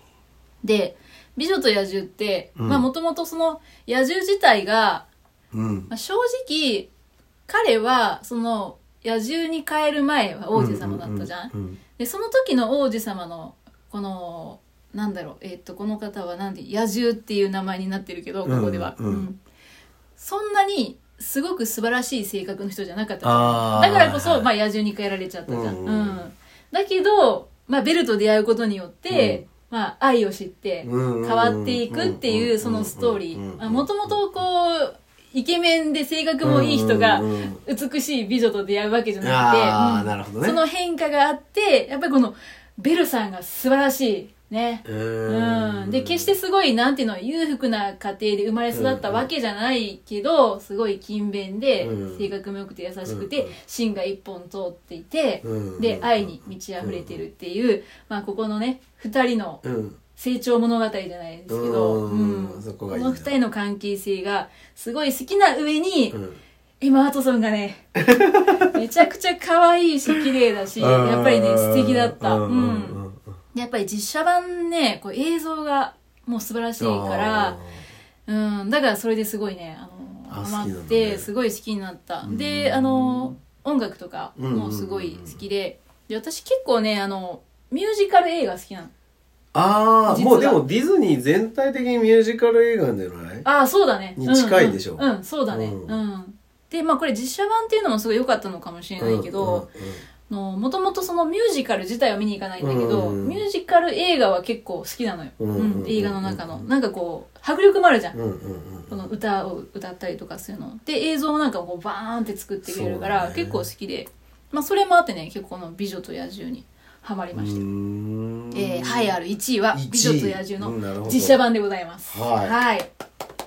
[SPEAKER 2] で「美女と野獣」って
[SPEAKER 1] うん
[SPEAKER 2] まあもともとその野獣自体が、
[SPEAKER 1] うん。
[SPEAKER 2] まあ、正直彼はその野獣に変える前は王子様だったじゃ
[SPEAKER 1] う
[SPEAKER 2] ん,、
[SPEAKER 1] うん。
[SPEAKER 2] でその時の王子様のこのなんだろうえーっとこの方はなんで野獣っていう名前になってるけどここでは、
[SPEAKER 1] うんうん
[SPEAKER 2] そんなにすごく素晴らしい性格の人じゃなかったじゃん
[SPEAKER 1] あー
[SPEAKER 2] だからこそ、
[SPEAKER 1] はい
[SPEAKER 2] まあ、野獣に変えられちゃったじゃん、
[SPEAKER 1] う
[SPEAKER 2] うんん
[SPEAKER 1] うん
[SPEAKER 2] だけど、まあ、ベルと出会うことによって、まあ、愛を知って
[SPEAKER 1] 変
[SPEAKER 2] 変わっていくっていうそのストーリーもともとこうイケメンで性格もいい人が
[SPEAKER 1] うんうんうん
[SPEAKER 2] 美しい美女と出会うわけじゃなくて、
[SPEAKER 1] あ
[SPEAKER 2] う
[SPEAKER 1] あ
[SPEAKER 2] ん
[SPEAKER 1] なるほどね
[SPEAKER 2] その変化があってやっぱりこのベルさんが素晴らしいね
[SPEAKER 1] うー
[SPEAKER 2] うんんで決してすごいなんていうの裕福な家庭で生まれ育ったわけじゃないけどすごい勤勉で
[SPEAKER 1] うん
[SPEAKER 2] 性格も良くて優し
[SPEAKER 1] う
[SPEAKER 2] くて
[SPEAKER 1] ん
[SPEAKER 2] 芯が一本通っていて
[SPEAKER 1] うん
[SPEAKER 2] で愛に満ち溢れてるっていうまあここのね2人の
[SPEAKER 1] うん
[SPEAKER 2] 成長物語じゃないですけど、
[SPEAKER 1] うん
[SPEAKER 2] うん
[SPEAKER 1] そこ
[SPEAKER 2] こ
[SPEAKER 1] がいいな
[SPEAKER 2] の2人の関係性がすごい好きな上に、
[SPEAKER 1] うん
[SPEAKER 2] エマ・ワトソン がねめちゃくちゃ可愛いし綺麗だしやっぱりね素敵だった
[SPEAKER 1] う
[SPEAKER 2] うん
[SPEAKER 1] う
[SPEAKER 2] ん、
[SPEAKER 1] んうんうん
[SPEAKER 2] やっぱり実写版ねこう映像がもう素晴らしいからうんだからそれですごいねあの
[SPEAKER 1] あ
[SPEAKER 2] ハマっ
[SPEAKER 1] 好きなんだね
[SPEAKER 2] てすごい好きになった、
[SPEAKER 1] うん
[SPEAKER 2] であの音楽とか
[SPEAKER 1] うんうんうんうん
[SPEAKER 2] もすごい好きでで私結構ねあのミュージカル映画好きなの
[SPEAKER 1] あーあー
[SPEAKER 2] 実は
[SPEAKER 1] もうでもディズニー全体的にミュージカル映画なんじゃない
[SPEAKER 2] ああそうだね
[SPEAKER 1] に近いでしょ
[SPEAKER 2] うん、うんうんそうだね
[SPEAKER 1] うん
[SPEAKER 2] うん、でまあこれ実写版っていうのもすごい良かったのかもしれないけど、もともとそのミュージカル自体は見に行かないんだけど、
[SPEAKER 1] うん
[SPEAKER 2] ミュージカル映画は結構好きなのよ、
[SPEAKER 1] うん
[SPEAKER 2] 映画の中の、
[SPEAKER 1] うん
[SPEAKER 2] なんかこう迫力もあるじゃん、
[SPEAKER 1] うんうんうんうん
[SPEAKER 2] この歌を歌ったりとかするので映像もなんかこうバーンって作ってくれるか
[SPEAKER 1] そう
[SPEAKER 2] ら、
[SPEAKER 1] だね
[SPEAKER 2] 結構好きで、まあ、それもあってね結構この「美女と野獣」にハマりました、
[SPEAKER 1] うん
[SPEAKER 2] えー、はいある1位は
[SPEAKER 1] 1位
[SPEAKER 2] 「美女と野獣」
[SPEAKER 1] うんなるほ
[SPEAKER 2] の
[SPEAKER 1] ど
[SPEAKER 2] 実写版でございます
[SPEAKER 1] はい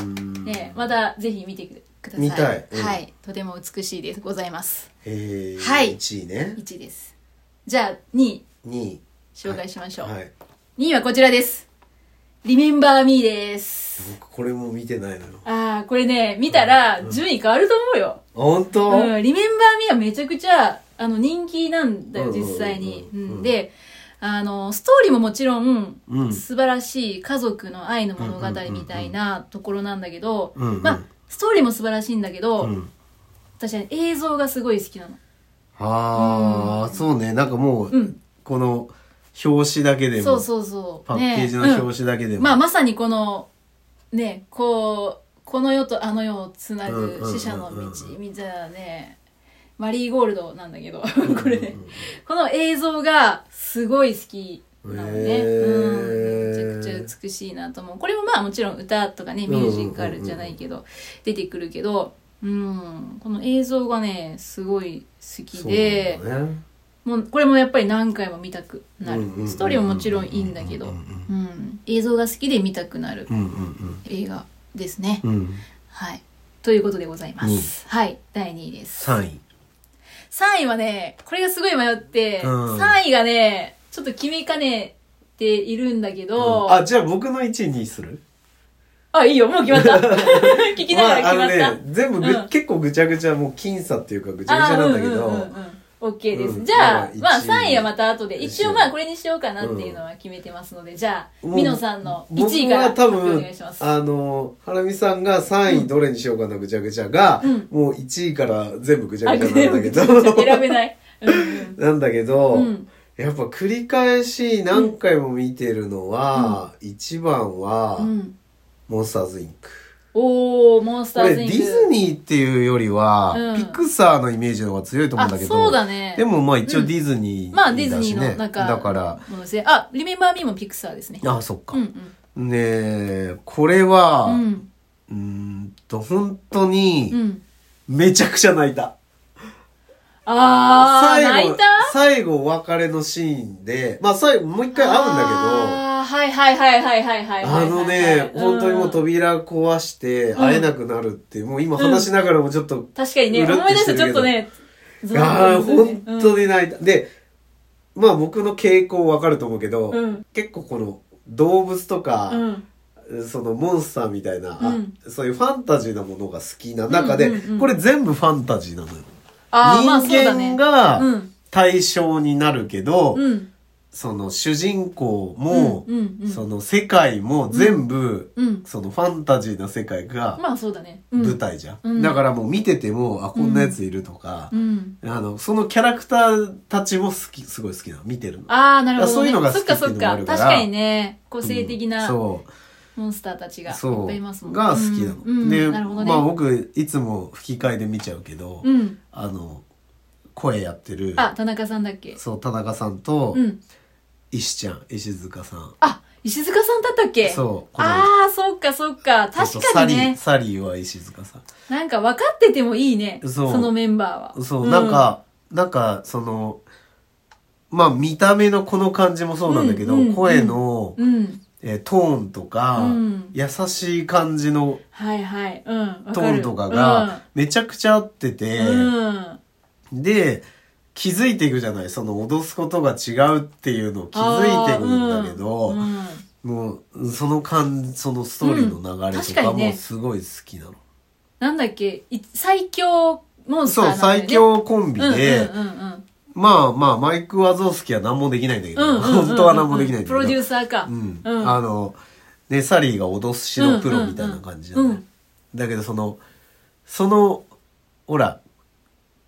[SPEAKER 1] うん
[SPEAKER 2] ね、またぜひ見てください
[SPEAKER 1] 見たいうん
[SPEAKER 2] はいとても美しいですございます
[SPEAKER 1] えー
[SPEAKER 2] はい
[SPEAKER 1] 1位ね
[SPEAKER 2] 1位ですじゃあ2位
[SPEAKER 1] 2位
[SPEAKER 2] 紹介しましょう、
[SPEAKER 1] はい
[SPEAKER 2] 2位はこちらです。Remember Me です。
[SPEAKER 1] 僕これも見てないのよ
[SPEAKER 2] ああ、これね、見たら順位変わると思うよ。
[SPEAKER 1] あ本当
[SPEAKER 2] うん、Remember Me はめちゃくちゃ、あの、人気なんだ
[SPEAKER 1] う
[SPEAKER 2] よ、
[SPEAKER 1] んうんうんうん
[SPEAKER 2] 実際に。う
[SPEAKER 1] うん
[SPEAKER 2] んで、あの、ストーリーももちろん、
[SPEAKER 1] うん
[SPEAKER 2] 素晴らしい家族の愛の物語みたいなところなんだけど、
[SPEAKER 1] うんうん
[SPEAKER 2] まあ、ストーリーも素晴らしいんだけど、
[SPEAKER 1] うん
[SPEAKER 2] 私はね映像がすごい好きなの。
[SPEAKER 1] ああ、そうねなんかもう、
[SPEAKER 2] うん
[SPEAKER 1] この表紙だけでも
[SPEAKER 2] そうそうそう。
[SPEAKER 1] パッケージの
[SPEAKER 2] ねうん
[SPEAKER 1] 表紙だけでも、
[SPEAKER 2] まあ、まさにこのねこうこの世とあの世をつな
[SPEAKER 1] うんうん
[SPEAKER 2] ぐ
[SPEAKER 1] うんうん
[SPEAKER 2] 死者の道みたいなねマリーゴールドなんだけど これねこの映像がすごい好きなのね、
[SPEAKER 1] へー
[SPEAKER 2] うん、めちゃくちゃ美しいなと思うこれもまあもちろん歌とかねミュージカルじゃないけど、出てくるけど、うん、この映像がねすごい好きで
[SPEAKER 1] そうなんだね
[SPEAKER 2] もうこれもやっぱり何回も見たくなる
[SPEAKER 1] うんうんうんうん
[SPEAKER 2] ストーリーももちろんいいんだけど、
[SPEAKER 1] うん
[SPEAKER 2] うん、映像が好きで見たくなる
[SPEAKER 1] うんうん
[SPEAKER 2] 映画ですね、
[SPEAKER 1] うんうん
[SPEAKER 2] はいということでございます、はい第2位です
[SPEAKER 1] 3位
[SPEAKER 2] 3位はねこれがすごい迷って、
[SPEAKER 1] うん
[SPEAKER 2] 3位がねちょっと決めかねているんだけど、
[SPEAKER 1] あじゃあ僕の1位にする
[SPEAKER 2] あ、いいよ、もう決まった。聞きながら
[SPEAKER 1] ま
[SPEAKER 2] 決ま
[SPEAKER 1] あ、
[SPEAKER 2] った。
[SPEAKER 1] あのね、全部ぐ、
[SPEAKER 2] うん
[SPEAKER 1] 結構ぐちゃぐちゃ、もう僅差っていうかぐちゃぐち
[SPEAKER 2] あ
[SPEAKER 1] ゃ
[SPEAKER 2] ー
[SPEAKER 1] なんだけど、
[SPEAKER 2] うんうんうんうんオッケーです。
[SPEAKER 1] うん
[SPEAKER 2] じ
[SPEAKER 1] まあ
[SPEAKER 2] ゃあ、まあ
[SPEAKER 1] 一位
[SPEAKER 2] 3位はまた後で、
[SPEAKER 1] 一
[SPEAKER 2] 一
[SPEAKER 1] 位
[SPEAKER 2] 応まあこれにしようかなっていうのは決めてますので、じゃあ、
[SPEAKER 1] もう
[SPEAKER 2] みのさんの1
[SPEAKER 1] 僕
[SPEAKER 2] 位から
[SPEAKER 1] は
[SPEAKER 2] 発
[SPEAKER 1] 多
[SPEAKER 2] 表お
[SPEAKER 1] 分
[SPEAKER 2] 願いします。
[SPEAKER 1] あのハラミさんが3位どれにしようかなぐちゃぐちゃが、
[SPEAKER 2] うん
[SPEAKER 1] もう1位から全部ぐちゃ
[SPEAKER 2] あ、
[SPEAKER 1] ぐ
[SPEAKER 2] で
[SPEAKER 1] ちゃな
[SPEAKER 2] も
[SPEAKER 1] んだけ
[SPEAKER 2] ちょっと
[SPEAKER 1] ど
[SPEAKER 2] 選べない。うん うん
[SPEAKER 1] なんだけど、
[SPEAKER 2] うん
[SPEAKER 1] やっぱ繰り返し何回も見てるのは、一1番は、
[SPEAKER 2] うん。
[SPEAKER 1] モンスターズインク」
[SPEAKER 2] おー、モンスタ
[SPEAKER 1] これ
[SPEAKER 2] ーズ
[SPEAKER 1] デ
[SPEAKER 2] インク。
[SPEAKER 1] ィズニーっていうよりは、
[SPEAKER 2] うん
[SPEAKER 1] ピクサーのイメージの方が強いと思うんだ
[SPEAKER 2] あ、
[SPEAKER 1] けど
[SPEAKER 2] そうだね。
[SPEAKER 1] でもまあ一応
[SPEAKER 2] うん
[SPEAKER 1] ディズニーだし、ね
[SPEAKER 2] まあディズニーの中
[SPEAKER 1] だから
[SPEAKER 2] ものですね。あ、リメンバーミーもピクサーですね。
[SPEAKER 1] あそっか、
[SPEAKER 2] うんうん。
[SPEAKER 1] ねえこれは
[SPEAKER 2] う。
[SPEAKER 1] うんーんと本当
[SPEAKER 2] う
[SPEAKER 1] に
[SPEAKER 2] ん。
[SPEAKER 1] めちゃくちゃ泣いた、
[SPEAKER 2] あー、
[SPEAKER 1] 最
[SPEAKER 2] 泣
[SPEAKER 1] 後
[SPEAKER 2] いた
[SPEAKER 1] 最後お別れのシーンでまあ最後もう一回会うんだけど
[SPEAKER 2] あーはいはいはいはいはいはいはいは
[SPEAKER 1] あ
[SPEAKER 2] い。
[SPEAKER 1] のね、
[SPEAKER 2] うん
[SPEAKER 1] 本当にもう扉壊して会えなくなるっていう、もう今話しながらもちょっと、
[SPEAKER 2] 確かにね、
[SPEAKER 1] うるっ
[SPEAKER 2] 思
[SPEAKER 1] と
[SPEAKER 2] い出し
[SPEAKER 1] してて
[SPEAKER 2] ちょっ
[SPEAKER 1] るけど
[SPEAKER 2] とね、ゾ
[SPEAKER 1] ああ、
[SPEAKER 2] ッとするね
[SPEAKER 1] 本当に泣いた。で、まあ僕の傾向わかると思うけど、
[SPEAKER 2] うん
[SPEAKER 1] 結構この動物と
[SPEAKER 2] うんう
[SPEAKER 1] か、
[SPEAKER 2] ん
[SPEAKER 1] そのモンスターみたいな、あ
[SPEAKER 2] うん
[SPEAKER 1] そういうファンタジーなものが好きな中で、
[SPEAKER 2] うんうんうん
[SPEAKER 1] これ全部ファンタジーなのよ。
[SPEAKER 2] ああ、まあそう
[SPEAKER 1] 人
[SPEAKER 2] だ
[SPEAKER 1] 間
[SPEAKER 2] ね。
[SPEAKER 1] が
[SPEAKER 2] うん
[SPEAKER 1] 対象になるけど、
[SPEAKER 2] うん
[SPEAKER 1] その主人公も、
[SPEAKER 2] うんうんうん
[SPEAKER 1] その世界も全部、
[SPEAKER 2] うん。
[SPEAKER 1] そのファンタジーな世界が
[SPEAKER 2] まあそうだね。うん
[SPEAKER 1] 舞。台じゃん。
[SPEAKER 2] うん
[SPEAKER 1] だからもう見てても、あ、こんなやついるとか、
[SPEAKER 2] うん。
[SPEAKER 1] あの、そのキャラクターたちも好き、すごい好きなの、見てるの。
[SPEAKER 2] ああ、なるほど、ね。
[SPEAKER 1] そういうのが好きっていう
[SPEAKER 2] そっ
[SPEAKER 1] の
[SPEAKER 2] か
[SPEAKER 1] があ
[SPEAKER 2] そっ
[SPEAKER 1] る
[SPEAKER 2] か。
[SPEAKER 1] から
[SPEAKER 2] 確かにね、個性的
[SPEAKER 1] うん
[SPEAKER 2] な
[SPEAKER 1] そう
[SPEAKER 2] モンスターたちがいっ
[SPEAKER 1] そう
[SPEAKER 2] ぱいいますもん
[SPEAKER 1] が好きなの、
[SPEAKER 2] うんうん
[SPEAKER 1] で、
[SPEAKER 2] なるほどね。
[SPEAKER 1] まあ僕いつも吹き替えで見ちゃうけど、
[SPEAKER 2] うん。
[SPEAKER 1] あの声やってる
[SPEAKER 2] あ、田中さんだっけ
[SPEAKER 1] そう田中さんと、
[SPEAKER 2] うん。
[SPEAKER 1] 石ちゃん石塚さん
[SPEAKER 2] あ、石塚さんだったっけ
[SPEAKER 1] そうこの
[SPEAKER 2] ああ、そっかそっか。
[SPEAKER 1] そ
[SPEAKER 2] 確
[SPEAKER 1] うそう
[SPEAKER 2] かにね。
[SPEAKER 1] サリーサリーは石塚さん
[SPEAKER 2] なんか分かっててもいいね。
[SPEAKER 1] そう
[SPEAKER 2] そのメンバーは。
[SPEAKER 1] そう、なんかなんかそのまあ見た目のこの感じもそうなんだけど、
[SPEAKER 2] うんうんうん
[SPEAKER 1] 声の、
[SPEAKER 2] うん。うん。
[SPEAKER 1] えートーンとか、
[SPEAKER 2] うん
[SPEAKER 1] 優しい感じの
[SPEAKER 2] はいはい。うん。わ
[SPEAKER 1] ト
[SPEAKER 2] か
[SPEAKER 1] ー
[SPEAKER 2] る
[SPEAKER 1] ンとかが、めちゃくちゃ合ってて、
[SPEAKER 2] うん。
[SPEAKER 1] で気づいていくじゃないその脅すことが違うっていうのを気づいていくんだけど、
[SPEAKER 2] あーうんうん
[SPEAKER 1] もうその感そのストーリーの流れ
[SPEAKER 2] うん確
[SPEAKER 1] と
[SPEAKER 2] か
[SPEAKER 1] か
[SPEAKER 2] にね
[SPEAKER 1] もすごい好きなの、
[SPEAKER 2] なんだっけ、い最強モンスタ
[SPEAKER 1] そ
[SPEAKER 2] ー
[SPEAKER 1] うん
[SPEAKER 2] なだよね
[SPEAKER 1] 最強コンビで、
[SPEAKER 2] うんうんうん
[SPEAKER 1] まあまあマイク・ワゾースキは何もできないんだけど、
[SPEAKER 2] うんうんうんうんうん。
[SPEAKER 1] 本当は何もできないんだけ
[SPEAKER 2] プ
[SPEAKER 1] ど、
[SPEAKER 2] ロデューサーか。
[SPEAKER 1] うん
[SPEAKER 2] うん
[SPEAKER 1] あのねサリーが脅しのプロみたいな感じじゃない、
[SPEAKER 2] うんうんうん
[SPEAKER 1] だけどそのそのほら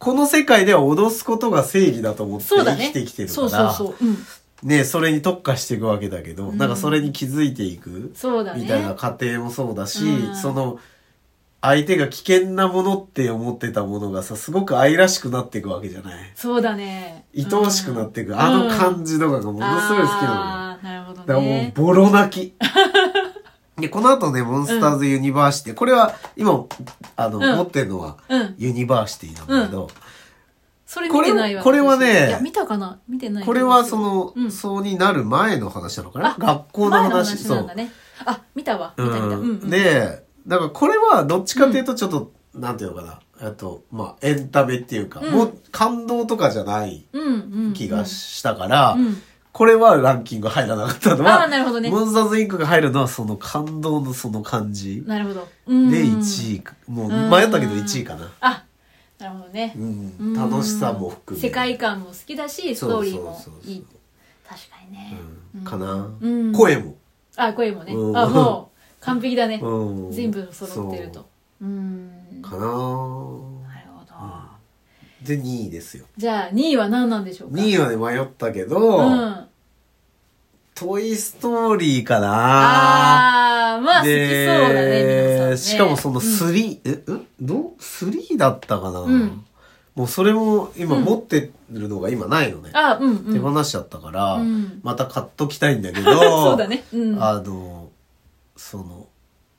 [SPEAKER 1] この世界では脅すことが正義だと思って
[SPEAKER 2] そうだ
[SPEAKER 1] 生
[SPEAKER 2] ね。
[SPEAKER 1] きてきてるか
[SPEAKER 2] そう
[SPEAKER 1] ら
[SPEAKER 2] そうそう。うん
[SPEAKER 1] ね、それに特化していくわけだけど、
[SPEAKER 2] うん
[SPEAKER 1] なんかそれに気づいていく
[SPEAKER 2] そうだね。
[SPEAKER 1] みたいな過程もそうだし、
[SPEAKER 2] うん
[SPEAKER 1] その相手が危険なものって思ってたものがさすごく愛らしくなっていくわけじゃない
[SPEAKER 2] そうだね。
[SPEAKER 1] 愛おしくなっていく、
[SPEAKER 2] うん
[SPEAKER 1] あの感じとかがも
[SPEAKER 2] うん
[SPEAKER 1] のすごい好きなのよ、
[SPEAKER 2] あーなるほどね。
[SPEAKER 1] だからもうボロ泣 きでこの後ね「モンスターズ・ユニバーシティ」これは今あの、
[SPEAKER 2] うん
[SPEAKER 1] 持ってるのは
[SPEAKER 2] うん。
[SPEAKER 1] ユニバーシティなんだけど、
[SPEAKER 2] それ見てないわ。
[SPEAKER 1] これこれはね
[SPEAKER 2] 私いや、見たかな見てない。
[SPEAKER 1] これはその、
[SPEAKER 2] うん
[SPEAKER 1] そうになる前の話なのかな
[SPEAKER 2] あ
[SPEAKER 1] 学校の
[SPEAKER 2] 前
[SPEAKER 1] 話
[SPEAKER 2] の話
[SPEAKER 1] そ
[SPEAKER 2] な
[SPEAKER 1] うん
[SPEAKER 2] だね。あ、見たわ。見た見た。うん
[SPEAKER 1] う
[SPEAKER 2] うん
[SPEAKER 1] ん、で、だからこれはどっちかっていうとちょっと、なんていうのかな、えっと、まあ、エンタメっていうか、
[SPEAKER 2] うん
[SPEAKER 1] もう感動とかじゃない
[SPEAKER 2] うんうんうん。
[SPEAKER 1] 気がしたから、
[SPEAKER 2] うん
[SPEAKER 1] これはランキング入らなかったの
[SPEAKER 2] ああ、
[SPEAKER 1] は、
[SPEAKER 2] なるほどね。
[SPEAKER 1] モンスターズインクが入るのはその感動のその感じ
[SPEAKER 2] なるほど。で、
[SPEAKER 1] で1位か、もう迷ったけど1位かな。
[SPEAKER 2] あ、なるほどね
[SPEAKER 1] う。ん、
[SPEAKER 2] うん
[SPEAKER 1] 楽しさも含め。
[SPEAKER 2] 世界観も好きだし、ス
[SPEAKER 1] そう
[SPEAKER 2] トーリーも
[SPEAKER 1] そうそうそう
[SPEAKER 2] いい。確かにね。
[SPEAKER 1] うんかな、
[SPEAKER 2] うん
[SPEAKER 1] 声も。
[SPEAKER 2] あ、声もね
[SPEAKER 1] う。ん
[SPEAKER 2] あ、もう完璧だね。
[SPEAKER 1] うん
[SPEAKER 2] 全部揃ってると。うん。
[SPEAKER 1] そうかな
[SPEAKER 2] なるほど。
[SPEAKER 1] で2位ですよ
[SPEAKER 2] じゃあ、2位は何なんでしょうか
[SPEAKER 1] 2
[SPEAKER 2] 位
[SPEAKER 1] 位はね迷ったけど、
[SPEAKER 2] うん。
[SPEAKER 1] トイ・ストーリーかな
[SPEAKER 2] あー、まあ好きそうだね、皆さんね。
[SPEAKER 1] しかもその
[SPEAKER 2] うん
[SPEAKER 1] 3、え、え、どう ?3 だったかな、
[SPEAKER 2] ん
[SPEAKER 1] もうそれも今
[SPEAKER 2] うん
[SPEAKER 1] 持ってるのが今ないのね。
[SPEAKER 2] あ、うんう
[SPEAKER 1] 手
[SPEAKER 2] ん。
[SPEAKER 1] 放しちゃったから、
[SPEAKER 2] うん
[SPEAKER 1] また買っときたいんだけど、
[SPEAKER 2] そうだね。うん。
[SPEAKER 1] あの、その、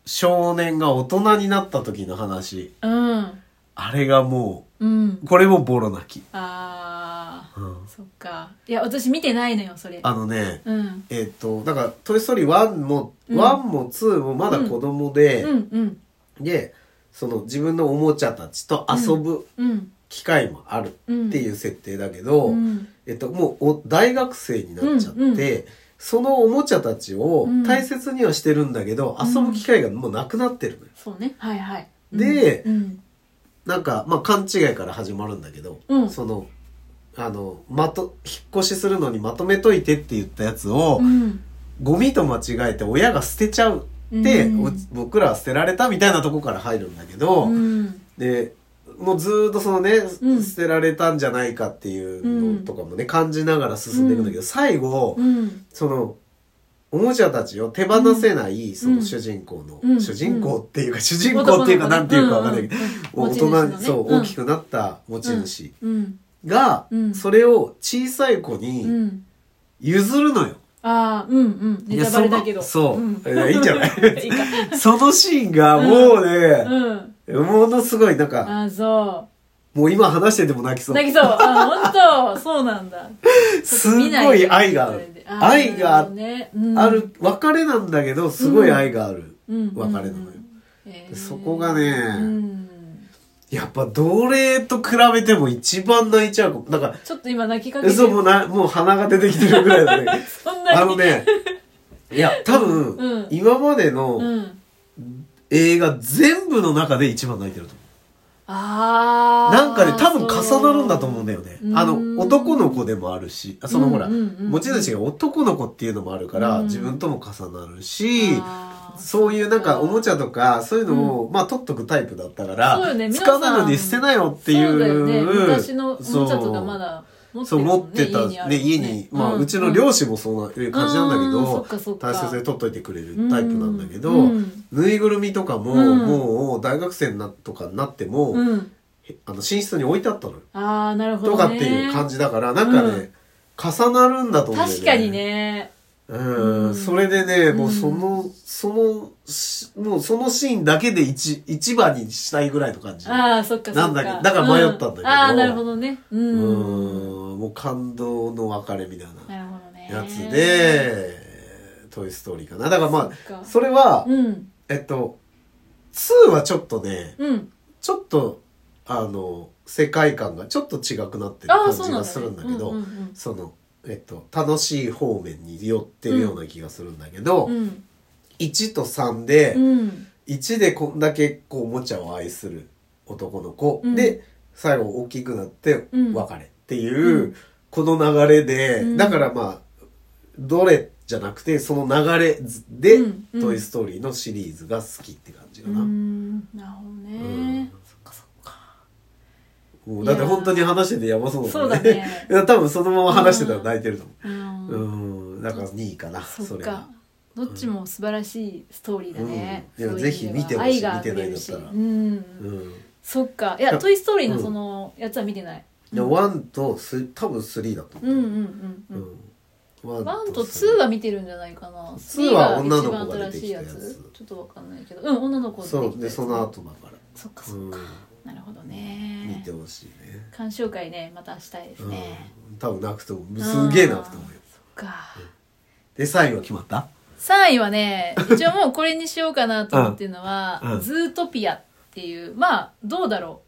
[SPEAKER 1] 少年が大人になった時の話、
[SPEAKER 2] うん。
[SPEAKER 1] あれがも
[SPEAKER 2] うん
[SPEAKER 1] う、。これもボロ泣き。
[SPEAKER 2] あー、
[SPEAKER 1] うん
[SPEAKER 2] そっかいや私見てないのよそれ
[SPEAKER 1] あのね、
[SPEAKER 2] うん
[SPEAKER 1] えっ、と、だから、トイ・ストーリー1も、
[SPEAKER 2] うん
[SPEAKER 1] 1も2もまだ子供で、
[SPEAKER 2] うんうん
[SPEAKER 1] でその自分のおもちゃたちと遊ぶ
[SPEAKER 2] うん
[SPEAKER 1] 機会もある
[SPEAKER 2] うん
[SPEAKER 1] っていう設定だけど、
[SPEAKER 2] うん
[SPEAKER 1] えっと、もうお大学生になっちゃって、
[SPEAKER 2] うんうん
[SPEAKER 1] そのおもちゃたちを
[SPEAKER 2] うん
[SPEAKER 1] 大切にはしてるんだけど、
[SPEAKER 2] うん
[SPEAKER 1] 遊ぶ機会がもうなくなってるのよ。
[SPEAKER 2] そうねはいはい
[SPEAKER 1] で
[SPEAKER 2] うん
[SPEAKER 1] なんか、まあ、勘違いから始まるんだけど、
[SPEAKER 2] うん
[SPEAKER 1] その、あの、まと、引っ越しするのにまとめといてって言ったやつを、
[SPEAKER 2] うん
[SPEAKER 1] ゴミと間違えて親が捨てちゃうって、
[SPEAKER 2] うん
[SPEAKER 1] うち僕らは捨てられたみたいなとこから入るんだけど、
[SPEAKER 2] うん
[SPEAKER 1] でもうずーっとそのね、
[SPEAKER 2] うん
[SPEAKER 1] 捨てられたんじゃないかっていうのとかもね、感じながら進んでいくんだけど、最後、
[SPEAKER 2] うん
[SPEAKER 1] そのおもちゃたちを手放せない、その主人公の、
[SPEAKER 2] うん
[SPEAKER 1] 主人公っていうか、主人公っていうかなんていうかわかんないけど、
[SPEAKER 2] うんうん
[SPEAKER 1] 大
[SPEAKER 2] 持ち主
[SPEAKER 1] 人
[SPEAKER 2] の
[SPEAKER 1] に、
[SPEAKER 2] ね
[SPEAKER 1] そう、
[SPEAKER 2] うん
[SPEAKER 1] 大きくなった持ち主
[SPEAKER 2] うん
[SPEAKER 1] が、
[SPEAKER 2] うん
[SPEAKER 1] それを小さい子
[SPEAKER 2] う
[SPEAKER 1] に
[SPEAKER 2] ん
[SPEAKER 1] 譲るのよ。
[SPEAKER 2] ああうんうんネタバレだけど
[SPEAKER 1] いやそうそうんいやいいんじゃない
[SPEAKER 2] いいか
[SPEAKER 1] そのシーンがもうね、
[SPEAKER 2] うん
[SPEAKER 1] ものすごいなんか、
[SPEAKER 2] ああそ
[SPEAKER 1] もう今話してても泣き
[SPEAKER 2] う
[SPEAKER 1] そう。
[SPEAKER 2] 泣きそうあ本当そうなんだ
[SPEAKER 1] すごい愛がある。愛があある、別れなんだけど、すごい愛がある。
[SPEAKER 2] 別
[SPEAKER 1] 別れなのよそこが
[SPEAKER 2] う
[SPEAKER 1] ね、
[SPEAKER 2] ん
[SPEAKER 1] やっぱ奴隷と比べても一番泣いちゃうかも。だか、
[SPEAKER 2] ちょっと今泣きからけて
[SPEAKER 1] そう、
[SPEAKER 2] る
[SPEAKER 1] もうな、もう鼻が出てきてるぐらいだね。
[SPEAKER 2] そんなに
[SPEAKER 1] あのね、いや、多分、
[SPEAKER 2] うん
[SPEAKER 1] 今までの、
[SPEAKER 2] うん
[SPEAKER 1] 映画全部の中で一番泣いてると思
[SPEAKER 2] あ
[SPEAKER 1] う。
[SPEAKER 2] あ
[SPEAKER 1] なんかね、多分重なるんだと思うんだよね
[SPEAKER 2] う。ん
[SPEAKER 1] あの、男の子でもあるし、あそのほら、
[SPEAKER 2] うんうんうん
[SPEAKER 1] 持ち主が男の子っていうのもあるから、
[SPEAKER 2] うん
[SPEAKER 1] 自分とも重なる
[SPEAKER 2] い
[SPEAKER 1] し、そういうなんかおもちゃとか、そういうのを、まあ取っとくタイプだったか
[SPEAKER 2] そう
[SPEAKER 1] ら、
[SPEAKER 2] よね皆さ
[SPEAKER 1] 使
[SPEAKER 2] ん
[SPEAKER 1] うのに捨てなよっていう。
[SPEAKER 2] そうだよね昔のおもちゃとかま
[SPEAKER 1] そう
[SPEAKER 2] だ持って
[SPEAKER 1] そう持ってたね家にまあうちの両親もそういう感じなんだけ
[SPEAKER 2] うんそっ
[SPEAKER 1] ど
[SPEAKER 2] かそっか
[SPEAKER 1] 大切に取っといてくれるタイプなんだけど
[SPEAKER 2] うん
[SPEAKER 1] ぬいぐるみとかも
[SPEAKER 2] うん
[SPEAKER 1] もう大学生になとかになっても
[SPEAKER 2] うんうん
[SPEAKER 1] へあの寝室に置いてあったのよ
[SPEAKER 2] ああなるほど
[SPEAKER 1] と
[SPEAKER 2] ね
[SPEAKER 1] かっていう感じだからなんかね重なるんだと思うんだよ
[SPEAKER 2] 確かにね
[SPEAKER 1] う
[SPEAKER 2] うんん
[SPEAKER 1] それでねもううんそのそのしもうそのシーンだけで一一番にしたいぐらいの感じ
[SPEAKER 2] ああそっかそっか
[SPEAKER 1] なんだけどだから迷ったんだけど
[SPEAKER 2] うああなるほどねう
[SPEAKER 1] うんもう感動の別れみたいな
[SPEAKER 2] なるほどね
[SPEAKER 1] やつで、トイ・ストーリーかな。だからま
[SPEAKER 2] そっ
[SPEAKER 1] あ、
[SPEAKER 2] か
[SPEAKER 1] それは、
[SPEAKER 2] うん
[SPEAKER 1] えっと、2はちょっとね、
[SPEAKER 2] うん
[SPEAKER 1] ちょっと、あの、世界観がちょっと違くなってる
[SPEAKER 2] ああ
[SPEAKER 1] 感
[SPEAKER 2] そう
[SPEAKER 1] じ
[SPEAKER 2] なんだね
[SPEAKER 1] がするんだけ
[SPEAKER 2] う
[SPEAKER 1] ど
[SPEAKER 2] ん、うん
[SPEAKER 1] その、えっと、楽しい方面に寄ってるような気がするんだけど、
[SPEAKER 2] うん
[SPEAKER 1] 1と3で
[SPEAKER 2] う、ん
[SPEAKER 1] 1でこんだけこう、おもちゃを愛する男の子、
[SPEAKER 2] うん
[SPEAKER 1] で、最後大きくなって
[SPEAKER 2] うん
[SPEAKER 1] 別れっていう、この流れで、
[SPEAKER 2] うん
[SPEAKER 1] だからまあ、どれじゃなくて、その流れで、
[SPEAKER 2] うんうん
[SPEAKER 1] トイ・ストーリーのシリーズが好きって感じか
[SPEAKER 2] う
[SPEAKER 1] な。
[SPEAKER 2] んなるほど
[SPEAKER 1] うん
[SPEAKER 2] ねそっかそっか
[SPEAKER 1] もうだって本当に話しててやばそう
[SPEAKER 2] そう
[SPEAKER 1] だ
[SPEAKER 2] だ
[SPEAKER 1] ね。
[SPEAKER 2] ね
[SPEAKER 1] いや 多分そのまま話してたら泣いてると思
[SPEAKER 2] う
[SPEAKER 1] う。うんん、だから2位かな、そ
[SPEAKER 2] そっ
[SPEAKER 1] れは
[SPEAKER 2] か。どっちも素晴らしいストーリーだね
[SPEAKER 1] うんいや
[SPEAKER 2] そうう
[SPEAKER 1] ぜひ見てほしい
[SPEAKER 2] 愛が溢れるし
[SPEAKER 1] 見てないんだったら
[SPEAKER 2] うん
[SPEAKER 1] うん。
[SPEAKER 2] そっかいうや
[SPEAKER 1] ん
[SPEAKER 2] 「トイ・ストーリー」のそのやつは見てない
[SPEAKER 1] で、1とス、多分3だと
[SPEAKER 2] うん
[SPEAKER 1] 思
[SPEAKER 2] う
[SPEAKER 1] う。
[SPEAKER 2] んうんうん
[SPEAKER 1] うん。
[SPEAKER 2] ワンとツ
[SPEAKER 1] 3
[SPEAKER 2] ーは見てるんじゃないかな。
[SPEAKER 1] ツーは
[SPEAKER 2] スリー
[SPEAKER 1] 女の子が出てきたやつ
[SPEAKER 2] 一番新しいちょっとわかんないけど、うん、女の子が出てきた
[SPEAKER 1] そ
[SPEAKER 2] やつ
[SPEAKER 1] う、で、その。後だから。
[SPEAKER 2] そっか
[SPEAKER 1] う
[SPEAKER 2] そっ
[SPEAKER 1] ん
[SPEAKER 2] か。。なるほど
[SPEAKER 1] 見
[SPEAKER 2] ね
[SPEAKER 1] て。ほしいね。
[SPEAKER 2] 鑑賞会ね、またしたいですね。
[SPEAKER 1] うん。多分泣くと思う。すげえ泣くと思うよ。
[SPEAKER 2] そっか。
[SPEAKER 1] で、3位は決まった
[SPEAKER 2] 3位はね、一応もうこれにしようかなと思ってるのは、
[SPEAKER 1] うんうん
[SPEAKER 2] ズートピアっていう、まあ、どうだろう。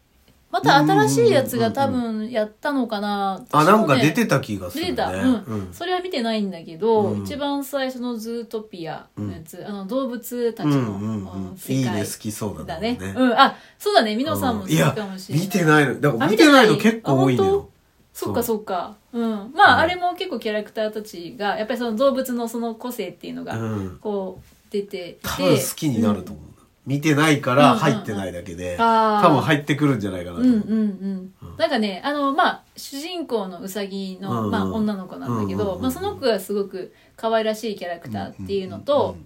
[SPEAKER 2] また新しいやつが多分やったのかな。
[SPEAKER 1] あ、なんか出
[SPEAKER 2] た
[SPEAKER 1] てた気がする、
[SPEAKER 2] 出て
[SPEAKER 1] ね。
[SPEAKER 2] た、うんそれは見てないんだけど、
[SPEAKER 1] うん
[SPEAKER 2] 一番最初の「ズートピア」のやつ、あの動物たち
[SPEAKER 1] う
[SPEAKER 2] の、
[SPEAKER 1] んうん
[SPEAKER 2] あ
[SPEAKER 1] う
[SPEAKER 2] の
[SPEAKER 1] ん。
[SPEAKER 2] 世
[SPEAKER 1] いい
[SPEAKER 2] 界
[SPEAKER 1] ね、好きそうだ
[SPEAKER 2] だ
[SPEAKER 1] ね。
[SPEAKER 2] ねうんあそうだねみのさんも
[SPEAKER 1] うん
[SPEAKER 2] 好
[SPEAKER 1] いや
[SPEAKER 2] きかもしれない,、
[SPEAKER 1] 見てないの。だから
[SPEAKER 2] あ
[SPEAKER 1] 見
[SPEAKER 2] 見
[SPEAKER 1] て
[SPEAKER 2] て
[SPEAKER 1] な
[SPEAKER 2] ない
[SPEAKER 1] いの結構多いのよ。
[SPEAKER 2] そっか
[SPEAKER 1] そう
[SPEAKER 2] そっかうんま
[SPEAKER 1] う
[SPEAKER 2] あ、
[SPEAKER 1] ん
[SPEAKER 2] あれも結構キャラクターたちがやっぱりその動物のその個性っていうの
[SPEAKER 1] う
[SPEAKER 2] が
[SPEAKER 1] ん。
[SPEAKER 2] こう出ていて
[SPEAKER 1] 多分好きになると思う。見てないから入ってないだけで、
[SPEAKER 2] うんあー
[SPEAKER 1] 多分入ってくるんじゃないかなと
[SPEAKER 2] うん
[SPEAKER 1] 思
[SPEAKER 2] うん
[SPEAKER 1] う。
[SPEAKER 2] うん
[SPEAKER 1] うん
[SPEAKER 2] なんかねあのまあ主人公のうさぎの、
[SPEAKER 1] うんうん
[SPEAKER 2] まあ、女の子なんだけど、
[SPEAKER 1] うんうんうん
[SPEAKER 2] まあ、その子がすごく可愛らしいキャラクターっていうのと、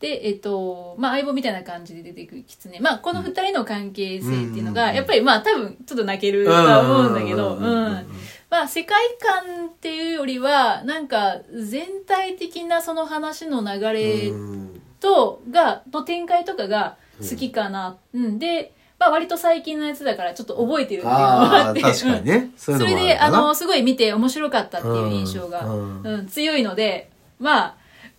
[SPEAKER 2] で、えっと、まあ、相棒みたいな感じで出てくる狐。まあ、この二人の関係性っていうの
[SPEAKER 1] うんうん
[SPEAKER 2] が、
[SPEAKER 1] うん
[SPEAKER 2] やっぱりまあ、多分、ちょっと泣ける
[SPEAKER 1] う
[SPEAKER 2] と
[SPEAKER 1] ん
[SPEAKER 2] は思うんだけど、
[SPEAKER 1] う
[SPEAKER 2] うん
[SPEAKER 1] うんうんうん
[SPEAKER 2] ん。まあ、世界観っていうよりは、なんか、全体的なその話の流れ
[SPEAKER 1] うん
[SPEAKER 2] と、が、の展開とかが好きかな。うん。で、まあ、割と最近のやつだから、ちょっと覚えてるっていうのもあ
[SPEAKER 1] あ
[SPEAKER 2] っ
[SPEAKER 1] あ、
[SPEAKER 2] て。
[SPEAKER 1] 確かに
[SPEAKER 2] うん
[SPEAKER 1] ね。そういう
[SPEAKER 2] そ
[SPEAKER 1] のも
[SPEAKER 2] れ
[SPEAKER 1] ある
[SPEAKER 2] で、
[SPEAKER 1] か
[SPEAKER 2] あ
[SPEAKER 1] な
[SPEAKER 2] の、すごい見て面白かったっていう印象が。
[SPEAKER 1] うん
[SPEAKER 2] うん、強いので、まあ、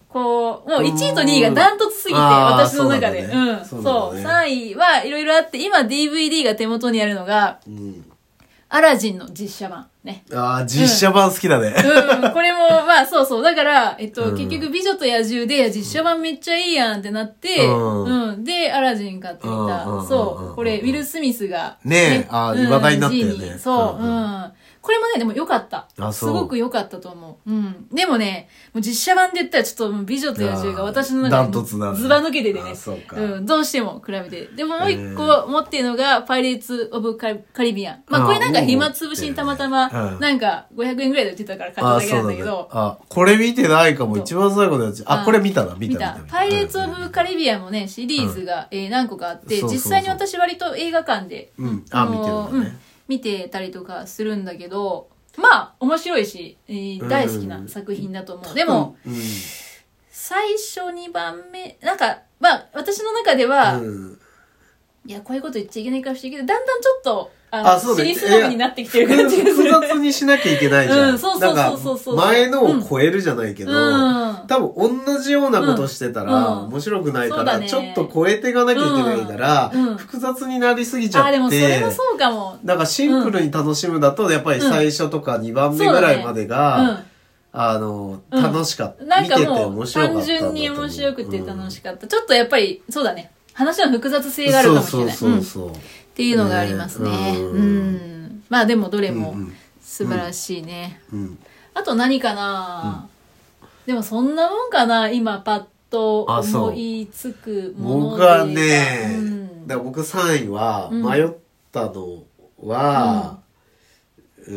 [SPEAKER 2] こう、もう1位と2位が
[SPEAKER 1] うん
[SPEAKER 2] ダントツすぎて、
[SPEAKER 1] あー
[SPEAKER 2] 私の中で。
[SPEAKER 1] そううなんだね
[SPEAKER 2] ん。
[SPEAKER 1] そ
[SPEAKER 2] そう
[SPEAKER 1] な
[SPEAKER 2] う。
[SPEAKER 1] んだ
[SPEAKER 2] 3位はいろいろあって、今 DVD が手元にあるのが、
[SPEAKER 1] うん
[SPEAKER 2] アラジンの実写版。ね。
[SPEAKER 1] ああ、実写版好きだね。
[SPEAKER 2] うん、これも、まあそうそう。だから、えっと、
[SPEAKER 1] うん
[SPEAKER 2] 結局、美女と野獣で、実写版めっちゃいいやんってなって、
[SPEAKER 1] うん
[SPEAKER 2] うん。で、アラジン買ってみ
[SPEAKER 1] う
[SPEAKER 2] た
[SPEAKER 1] んうんうんうんうん。
[SPEAKER 2] そう。これ、ウィル・スミスが。
[SPEAKER 1] ねえあー
[SPEAKER 2] うん
[SPEAKER 1] 話題になったよね
[SPEAKER 2] ジーニーそう、
[SPEAKER 1] う
[SPEAKER 2] うん
[SPEAKER 1] うん
[SPEAKER 2] ん。これもね、でも良かった。
[SPEAKER 1] あ
[SPEAKER 2] す
[SPEAKER 1] そう
[SPEAKER 2] ごく良かったと思う。うん。でもね、もう実写版で言ったら、ちょっともう美女と野獣が私の
[SPEAKER 1] ダ
[SPEAKER 2] 中
[SPEAKER 1] ントツだね
[SPEAKER 2] ずば抜けてて
[SPEAKER 1] あ
[SPEAKER 2] ね。
[SPEAKER 1] そうか。
[SPEAKER 2] うん、どうしても比べて。でももう一
[SPEAKER 1] え
[SPEAKER 2] 個持ってるのが、パイレーツ・オブ・カリビアン。まあ、これなんか
[SPEAKER 1] あー
[SPEAKER 2] 暇つぶしにたまた
[SPEAKER 1] う
[SPEAKER 2] ま
[SPEAKER 1] ん、
[SPEAKER 2] なんか500円ぐらいで売ってたから買った
[SPEAKER 1] あ
[SPEAKER 2] だけ
[SPEAKER 1] そ
[SPEAKER 2] な
[SPEAKER 1] うんな
[SPEAKER 2] だ
[SPEAKER 1] ん
[SPEAKER 2] け
[SPEAKER 1] だ
[SPEAKER 2] ど、
[SPEAKER 1] あ、これ見てないかも。
[SPEAKER 2] そう
[SPEAKER 1] 一番最後のやつ。
[SPEAKER 2] あ
[SPEAKER 1] あ、これ見たな、見
[SPEAKER 2] 見
[SPEAKER 1] た見た
[SPEAKER 2] た。。パイレーツ・オ
[SPEAKER 1] うん
[SPEAKER 2] ブ・カリビアンもね、シリーズが、えー何個かあって、
[SPEAKER 1] そうそうそう
[SPEAKER 2] 実際に私割と映画館で、
[SPEAKER 1] うん。あ、見てる
[SPEAKER 2] の
[SPEAKER 1] んだ
[SPEAKER 2] うん
[SPEAKER 1] ね。
[SPEAKER 2] 見てたりとかするんだけど、まあ、面白いし、えー
[SPEAKER 1] うん
[SPEAKER 2] 大好きな作品だと思う。でも、
[SPEAKER 1] うん、
[SPEAKER 2] 最初2番目、なんか、まあ、私の中では、
[SPEAKER 1] うん。
[SPEAKER 2] いや、こういうこと言っちゃいけないかもしれないけど、だんだんちょっと、あ
[SPEAKER 1] あそうだ
[SPEAKER 2] シ
[SPEAKER 1] ね
[SPEAKER 2] リスノブになってきてる感じがす
[SPEAKER 1] 複
[SPEAKER 2] る、ね
[SPEAKER 1] 雑。にしなきゃいけないじゃん。
[SPEAKER 2] うんそうそうそうそうそう
[SPEAKER 1] なんか前のを超えるじゃないけど、
[SPEAKER 2] うん。
[SPEAKER 1] 多分同じようなことしてたら
[SPEAKER 2] うんうん
[SPEAKER 1] 面白くないか
[SPEAKER 2] そうだ
[SPEAKER 1] ら、
[SPEAKER 2] ね
[SPEAKER 1] ちょっと超えていかなきゃいけないから、
[SPEAKER 2] うんうん
[SPEAKER 1] 複雑になりすぎちゃっ
[SPEAKER 2] あ、
[SPEAKER 1] て。
[SPEAKER 2] でもそれもそうかも。
[SPEAKER 1] なんかシンプルに楽しむだと、やっぱり最初とか2番目ぐらいまでが、
[SPEAKER 2] う
[SPEAKER 1] あの、
[SPEAKER 2] うん
[SPEAKER 1] 楽しかった。
[SPEAKER 2] ん。なんか
[SPEAKER 1] 見てて
[SPEAKER 2] も
[SPEAKER 1] 面
[SPEAKER 2] う、
[SPEAKER 1] 白かったん
[SPEAKER 2] 単
[SPEAKER 1] だと思う。
[SPEAKER 2] 純に面白くて楽しかった。ちょっとやっぱり、そうだね。話の複雑性があるかもしれない。
[SPEAKER 1] そううんそ
[SPEAKER 2] っ
[SPEAKER 1] うそうそう。
[SPEAKER 2] ていうのがありますね。
[SPEAKER 1] ね
[SPEAKER 2] う
[SPEAKER 1] うん
[SPEAKER 2] ん。まあでもどれ
[SPEAKER 1] うん
[SPEAKER 2] も素晴らしいね。
[SPEAKER 1] うんうん
[SPEAKER 2] あと何かなでもそんなもんかな今パッと
[SPEAKER 1] あそう
[SPEAKER 2] 思いつくもの
[SPEAKER 1] 僕
[SPEAKER 2] で言えば。
[SPEAKER 1] はね、
[SPEAKER 2] うん
[SPEAKER 1] だから僕3位は
[SPEAKER 2] うん
[SPEAKER 1] 迷ったのは、うー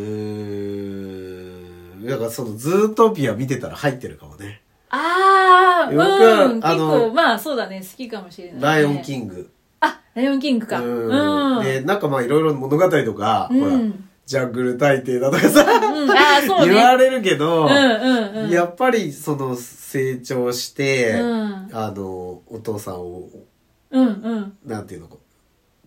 [SPEAKER 1] ん、だからそのズートピア見てたら入ってるかもね。
[SPEAKER 2] ああ、うん、
[SPEAKER 1] 僕は
[SPEAKER 2] 結
[SPEAKER 1] あの
[SPEAKER 2] 構、まあそうだね、好きかもしれない、ね。
[SPEAKER 1] ライオンキ
[SPEAKER 2] グ。
[SPEAKER 1] ング。
[SPEAKER 2] あ、ライオンキングか。うん。
[SPEAKER 1] うんで、なんかまあいろいろ物語とか、
[SPEAKER 2] うん
[SPEAKER 1] ほら、ジャングル大帝だとかさ、
[SPEAKER 2] うん、ああ、そうね。
[SPEAKER 1] 言われるけど、
[SPEAKER 2] うんうんうん。
[SPEAKER 1] やっぱりその成長して、
[SPEAKER 2] うん
[SPEAKER 1] あの、お父さんを、
[SPEAKER 2] うんうん。
[SPEAKER 1] なんていうのか、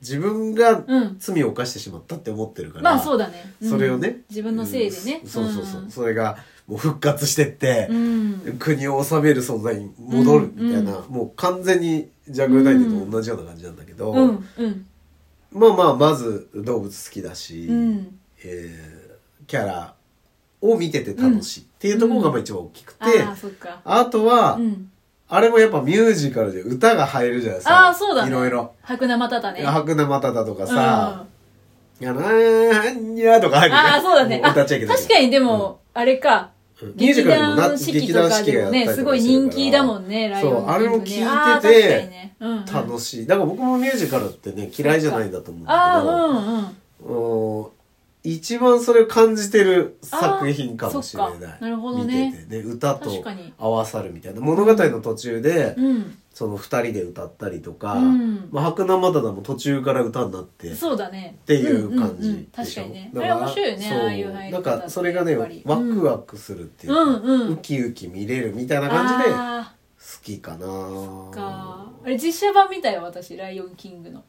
[SPEAKER 1] 自分が
[SPEAKER 2] うん
[SPEAKER 1] 罪を犯してしまったって思ってるから、
[SPEAKER 2] まあそうだね。うん
[SPEAKER 1] それをね、
[SPEAKER 2] 自分のせいでね。
[SPEAKER 1] うんそうそうそう、それがもう復活してって
[SPEAKER 2] う、ん。
[SPEAKER 1] 国を治める存在に戻るみたいな、
[SPEAKER 2] う
[SPEAKER 1] もう完全にジャングル大帝と同じような感じなんだけど、
[SPEAKER 2] うんうん。
[SPEAKER 1] まあまあまず動物好きだし、
[SPEAKER 2] うん。
[SPEAKER 1] えーキャラを見てて楽しいっていうところがまあ一番大きくて、
[SPEAKER 2] ああ、そっか。
[SPEAKER 1] あとは、
[SPEAKER 2] うん。
[SPEAKER 1] あれもやっぱミュージカルで歌が入るじゃないですか。
[SPEAKER 2] ああ、そうだね。
[SPEAKER 1] いろいろ。。
[SPEAKER 2] 白生またたね。
[SPEAKER 1] 白生まただとか
[SPEAKER 2] うん
[SPEAKER 1] さ、いやなーにゃーとか入るじゃん
[SPEAKER 2] ああ、そうだね。
[SPEAKER 1] も
[SPEAKER 2] あ
[SPEAKER 1] 歌っちゃいけないけ
[SPEAKER 2] 確
[SPEAKER 1] ど。
[SPEAKER 2] かにでも、あれか。
[SPEAKER 1] うんミュージ
[SPEAKER 2] 劇
[SPEAKER 1] カルでもな
[SPEAKER 2] 団四季とかでもね、すごい人気だも
[SPEAKER 1] ん。
[SPEAKER 2] んね、ライ
[SPEAKER 1] そう
[SPEAKER 2] オンキングね。
[SPEAKER 1] あれも聞いてて
[SPEAKER 2] あー確かにねうんうん
[SPEAKER 1] 楽しい。だから僕もミュージカルってね、嫌いじゃないんだと思うん
[SPEAKER 2] あ
[SPEAKER 1] だ
[SPEAKER 2] あ、うんうん。
[SPEAKER 1] けど、うん一番それを感じてる作品かもしれ
[SPEAKER 2] あーそ
[SPEAKER 1] な
[SPEAKER 2] っ
[SPEAKER 1] い。
[SPEAKER 2] かなるほどね
[SPEAKER 1] 見ててね、歌
[SPEAKER 2] 確
[SPEAKER 1] と
[SPEAKER 2] かに
[SPEAKER 1] 合わさるみたいな。物語の途中で、
[SPEAKER 2] うん。
[SPEAKER 1] その二人で歌ったりとか、
[SPEAKER 2] うん
[SPEAKER 1] まあ、白生だも途中から歌になって、
[SPEAKER 2] そうだね。
[SPEAKER 1] っていう感
[SPEAKER 2] うんうんうん
[SPEAKER 1] じで
[SPEAKER 2] 確
[SPEAKER 1] し
[SPEAKER 2] か
[SPEAKER 1] ょ、
[SPEAKER 2] にね。あ
[SPEAKER 1] だ
[SPEAKER 2] れ
[SPEAKER 1] ら
[SPEAKER 2] 面白いよね、
[SPEAKER 1] そ
[SPEAKER 2] ああいう入り
[SPEAKER 1] な
[SPEAKER 2] 方
[SPEAKER 1] ん
[SPEAKER 2] って
[SPEAKER 1] かそれがね
[SPEAKER 2] やっ
[SPEAKER 1] ワ
[SPEAKER 2] ぱり
[SPEAKER 1] クワクするっていうか、
[SPEAKER 2] うんうん
[SPEAKER 1] ウキウキ見れるみたいな感じで好
[SPEAKER 2] あ
[SPEAKER 1] きかな
[SPEAKER 2] ーかあれ実写版見たよ、私、ライオンキングの。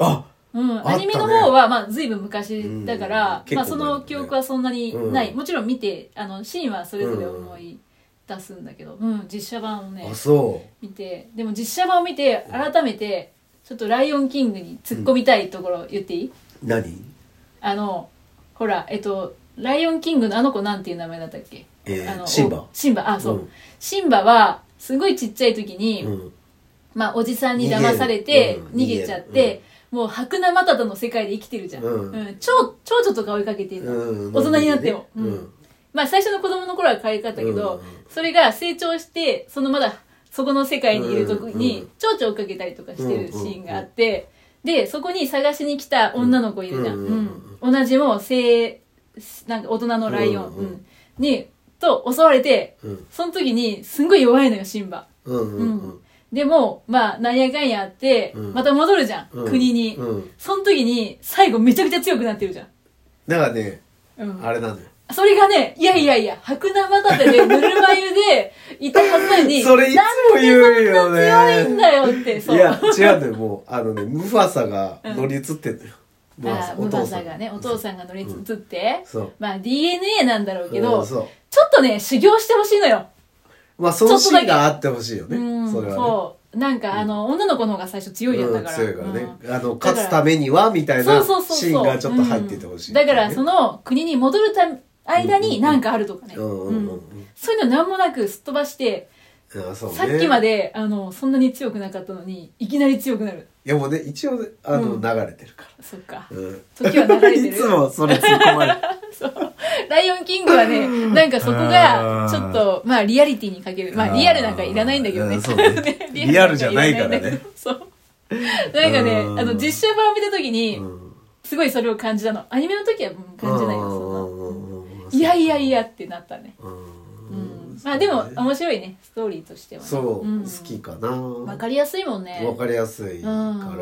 [SPEAKER 1] あ
[SPEAKER 2] うん、
[SPEAKER 1] たね
[SPEAKER 2] アニメの方は、まあ、ずいぶん昔だから、
[SPEAKER 1] うん
[SPEAKER 2] ま
[SPEAKER 1] 結
[SPEAKER 2] あ、
[SPEAKER 1] 構
[SPEAKER 2] そ
[SPEAKER 1] 前だね
[SPEAKER 2] の記憶はそんなにない。
[SPEAKER 1] うん
[SPEAKER 2] もちろん見て、あの、シーンはそれぞれ思い出すんだけど、うん、実写版をね
[SPEAKER 1] あ、そ
[SPEAKER 2] 見て、でも実写版を見て、改めて、ちょっとライオンキングに突っ込みたいところ言っていい、
[SPEAKER 1] う何
[SPEAKER 2] あの、ほら、えっと、ライオンキングのあの子なんていう名前だったっけ
[SPEAKER 1] え
[SPEAKER 2] あの
[SPEAKER 1] ー、シンバ
[SPEAKER 2] シンバ、あ、そう。
[SPEAKER 1] うん
[SPEAKER 2] シンバは、すごいちっちゃい時に、
[SPEAKER 1] うん
[SPEAKER 2] まあ、おじさんに騙されて、逃
[SPEAKER 1] 逃
[SPEAKER 2] げ
[SPEAKER 1] げる
[SPEAKER 2] ちゃって、もう、白生マタタの世界で生きてるじゃん。
[SPEAKER 1] うん
[SPEAKER 2] 蝶、蝶々とか追いかけてるの。
[SPEAKER 1] うん
[SPEAKER 2] 大人になっても
[SPEAKER 1] うん
[SPEAKER 2] うんまあ、最初の子供の頃は可愛かったけど、
[SPEAKER 1] うん
[SPEAKER 2] それが成長して、そのまだ、そこの世界にいるとこ
[SPEAKER 1] う
[SPEAKER 2] に
[SPEAKER 1] ん、
[SPEAKER 2] 蝶々追いかけたりとかしてるシーンがあって、で、そこに探しに来た女の子いるじゃん。
[SPEAKER 1] うん
[SPEAKER 2] うん同じもう、性、なんか大人のライオン、
[SPEAKER 1] うん
[SPEAKER 2] う
[SPEAKER 1] うん
[SPEAKER 2] んに、と襲われて、
[SPEAKER 1] うん
[SPEAKER 2] その時に、すんごい弱いのよ、シンバ。
[SPEAKER 1] うん
[SPEAKER 2] う
[SPEAKER 1] うんんうん
[SPEAKER 2] でも、まあ、なんやかんやあって、
[SPEAKER 1] うん
[SPEAKER 2] また戻るじゃん、
[SPEAKER 1] うん
[SPEAKER 2] 国に。
[SPEAKER 1] うん
[SPEAKER 2] その時に、最後めちゃくちゃ強くなってるじゃん。
[SPEAKER 1] だからね
[SPEAKER 2] うん
[SPEAKER 1] あれなのよ
[SPEAKER 2] それがね、いやいやいや、白生だてで、ぬるま湯で、 いたはずなのに、
[SPEAKER 1] それいつも言うよね
[SPEAKER 2] なんで強いんだよって、そう。
[SPEAKER 1] いや違うんだよもうあのねムファサが乗り移ってんのよ、
[SPEAKER 2] あーム
[SPEAKER 1] お
[SPEAKER 2] バ
[SPEAKER 1] 父
[SPEAKER 2] サ
[SPEAKER 1] さん
[SPEAKER 2] がね、お父さんが乗り移って、
[SPEAKER 1] そう
[SPEAKER 2] まあ DNA なんだろうけ
[SPEAKER 1] う
[SPEAKER 2] ど、
[SPEAKER 1] ん
[SPEAKER 2] ち
[SPEAKER 1] そ
[SPEAKER 2] ょ
[SPEAKER 1] う
[SPEAKER 2] っとね、修行してほしいのよ。
[SPEAKER 1] まあそのシーンがあってほしいよね、
[SPEAKER 2] うん、
[SPEAKER 1] それはね
[SPEAKER 2] そう。なんかあの、女の子の方が最初強いやったから、
[SPEAKER 1] 強いからね
[SPEAKER 2] う、
[SPEAKER 1] あの勝つためにはみたいな
[SPEAKER 2] そうそうそうそう
[SPEAKER 1] シーンがちょっと入っててほしい、
[SPEAKER 2] んだからその国に戻るた間に何かあるとかね、
[SPEAKER 1] うんうんうん
[SPEAKER 2] うんそういうの何もなくすっ飛ばして、
[SPEAKER 1] あそうね
[SPEAKER 2] さっきまであのそんなに強くなかったのにいきなり強くなる
[SPEAKER 1] いやもうね一応ねあの、
[SPEAKER 2] うん
[SPEAKER 1] 流れてるか、
[SPEAKER 2] そっから
[SPEAKER 1] うん、
[SPEAKER 2] 時は流れて る
[SPEAKER 1] いつもそれ突っ込まれる
[SPEAKER 2] ライオンキングはね、なんかそこが、ちょっと、まあリアリティにかける。まあリアルなんかいらないんだけど ね。
[SPEAKER 1] あーそうねリアルじゃないからね
[SPEAKER 2] リアルなんかいらないんだけど。そう。なんかね
[SPEAKER 1] う、ん
[SPEAKER 2] あの、実写版を見たとき
[SPEAKER 1] う
[SPEAKER 2] に、
[SPEAKER 1] ん
[SPEAKER 2] すごいそれを感じたの。アニメの時はうん感じないよ、
[SPEAKER 1] う
[SPEAKER 2] そ
[SPEAKER 1] んうんうんうん
[SPEAKER 2] んな。いやいやいやってなったね。
[SPEAKER 1] う
[SPEAKER 2] うんん。まあでも、面白いね、ストーリーとしてはね。
[SPEAKER 1] そう、
[SPEAKER 2] ん
[SPEAKER 1] 好き。かな
[SPEAKER 2] わかりやすいもんね。
[SPEAKER 1] わかりやすいか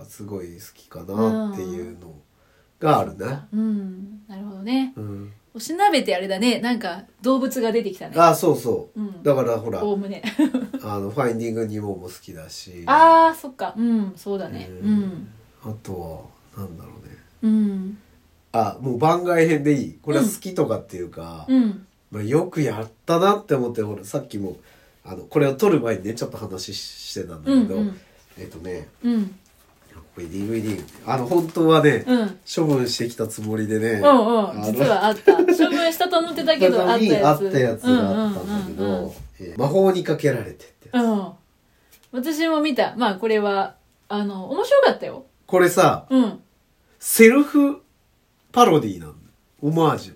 [SPEAKER 1] らすごい好きかなっていうのがあるね、
[SPEAKER 2] うん。なるほどね。
[SPEAKER 1] うん、
[SPEAKER 2] おしなべてあれだね、なんか動物が出てきたね。
[SPEAKER 1] あそうそう、
[SPEAKER 2] うん
[SPEAKER 1] だからほら
[SPEAKER 2] おおむね。
[SPEAKER 1] あの「ファインディング・ニモ」も好きだし
[SPEAKER 2] ああ、そっか。うん、そうだね。
[SPEAKER 1] う
[SPEAKER 2] うんん。
[SPEAKER 1] あとはなんだろうね
[SPEAKER 2] うん。
[SPEAKER 1] あもう番外編でいいこれは好きとかっていうか、
[SPEAKER 2] うん。
[SPEAKER 1] まあ、よくやったなって思って俺さっきもあのこれを撮る前にねちょっと話ししてたんだ
[SPEAKER 2] うん。
[SPEAKER 1] けど、
[SPEAKER 2] うん。
[SPEAKER 1] えっとね
[SPEAKER 2] うん。
[SPEAKER 1] これ DVD あの本当はね、
[SPEAKER 2] うん。
[SPEAKER 1] 処分してきたつもりでね、
[SPEAKER 2] うんうん。
[SPEAKER 1] あの
[SPEAKER 2] 実はあった。処分したと思ってた けど、
[SPEAKER 1] 中
[SPEAKER 2] あった
[SPEAKER 1] に
[SPEAKER 2] や
[SPEAKER 1] あ
[SPEAKER 2] つ。
[SPEAKER 1] ったやつがあったんだけど、
[SPEAKER 2] うんうんうん
[SPEAKER 1] えー魔法にかけられてってやつ、
[SPEAKER 2] うん。うん私も見た。まあ、これは、あの、面白かったよ。
[SPEAKER 1] これさ
[SPEAKER 2] うん。
[SPEAKER 1] セルフパロディなんだオマージュ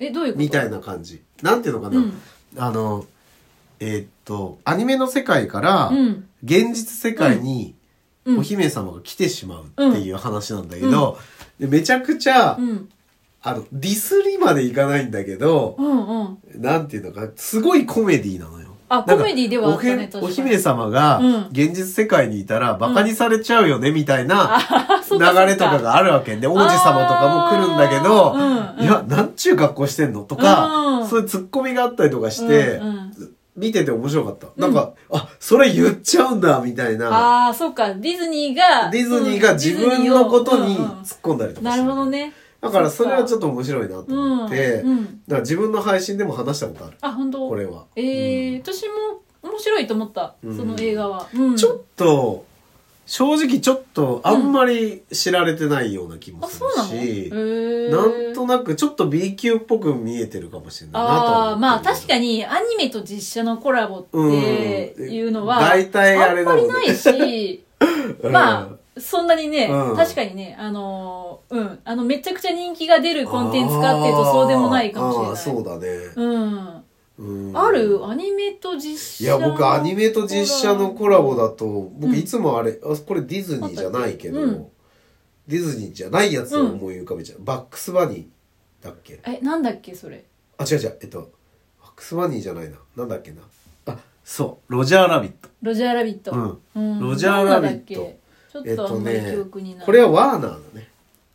[SPEAKER 2] え、どういうこと
[SPEAKER 1] みた
[SPEAKER 2] い
[SPEAKER 1] いな感じなんていうのかな、
[SPEAKER 2] うん
[SPEAKER 1] あのえーっとアニメの世界から
[SPEAKER 2] うん。
[SPEAKER 1] 現実世界に
[SPEAKER 2] うん
[SPEAKER 1] お姫様が来てしまうっていう話なんだけど、でめちゃくちゃ、
[SPEAKER 2] うん。
[SPEAKER 1] あのディスりまでいかないんだけど、
[SPEAKER 2] うんうん。
[SPEAKER 1] なんていうのかすごいコメディなのよ。
[SPEAKER 2] あ
[SPEAKER 1] なんか
[SPEAKER 2] コメディではあったね
[SPEAKER 1] おへ
[SPEAKER 2] 確かに
[SPEAKER 1] お姫様が
[SPEAKER 2] うん
[SPEAKER 1] 現実世界にいたらバカにされちゃうよねみたいな
[SPEAKER 2] あ、そ
[SPEAKER 1] 流
[SPEAKER 2] うか。
[SPEAKER 1] れとかがあるわけで王子様とかも来るんだけど、
[SPEAKER 2] あーうんうん
[SPEAKER 1] いやなんちゅう格好してんのとか、
[SPEAKER 2] うん
[SPEAKER 1] そういうツッコミがあったりとか
[SPEAKER 2] そ
[SPEAKER 1] し
[SPEAKER 2] うか
[SPEAKER 1] て、
[SPEAKER 2] うんうん
[SPEAKER 1] 見てて面白かった。なんか、あそれ言っちゃうんだみたいな
[SPEAKER 2] ああ、そうか。ディズニーが。
[SPEAKER 1] ディズニーが自分のことに
[SPEAKER 2] うんうん
[SPEAKER 1] 突っ込んだりとか
[SPEAKER 2] な
[SPEAKER 1] して
[SPEAKER 2] るほどね。
[SPEAKER 1] だからそれはちょっと面白いなと
[SPEAKER 2] うん。
[SPEAKER 1] 思って、
[SPEAKER 2] うん。
[SPEAKER 1] だから自分の配信でも話したことある
[SPEAKER 2] あ、本当
[SPEAKER 1] これは。
[SPEAKER 2] えー、私も面白いと思った。そ
[SPEAKER 1] うん
[SPEAKER 2] の映画は。うん。
[SPEAKER 1] ちょっと、正直ちょっとあんまり知られてないような気も
[SPEAKER 2] あ、
[SPEAKER 1] す
[SPEAKER 2] そうなの
[SPEAKER 1] るし、
[SPEAKER 2] へー
[SPEAKER 1] なんとなくちょっと B 級っぽく見えてるかもしれないなとは思
[SPEAKER 2] あ
[SPEAKER 1] っ
[SPEAKER 2] あ
[SPEAKER 1] て
[SPEAKER 2] まあ確か
[SPEAKER 1] に。
[SPEAKER 2] にアニメと実写のコラボっていうのは、
[SPEAKER 1] うん大体あ
[SPEAKER 2] あ
[SPEAKER 1] れ
[SPEAKER 2] ん
[SPEAKER 1] だ
[SPEAKER 2] ま
[SPEAKER 1] もん
[SPEAKER 2] り
[SPEAKER 1] ね
[SPEAKER 2] ないし、
[SPEAKER 1] うん
[SPEAKER 2] まあそんなにね、
[SPEAKER 1] うん
[SPEAKER 2] 確かにねあのーうんあのめちゃくちゃ人気が出るコンテンツかっていうとそうでもないかもしれない
[SPEAKER 1] あーあーそうだね。
[SPEAKER 2] うん、
[SPEAKER 1] うん
[SPEAKER 2] あるアニメと実
[SPEAKER 1] い
[SPEAKER 2] 写
[SPEAKER 1] や、僕アニメと実写のコラボだと、
[SPEAKER 2] う
[SPEAKER 1] 僕
[SPEAKER 2] ん
[SPEAKER 1] いつもあれ、あこれディズニーじゃないけど、
[SPEAKER 2] うん
[SPEAKER 1] ディズニーじゃないやつを思い浮かべちゃう。バックスバニーだっけ
[SPEAKER 2] えなんだっけそれ
[SPEAKER 1] あ、違う違う、えっと、バックスバニーじゃないな。なんだっけな。あ、そう、ロジャーラビット。
[SPEAKER 2] ロジャーラビット、
[SPEAKER 1] うん
[SPEAKER 2] うん
[SPEAKER 1] ロジャーラビット
[SPEAKER 2] なんだっけちょっとあんまり記憶にない、
[SPEAKER 1] これはワーナーだね。デ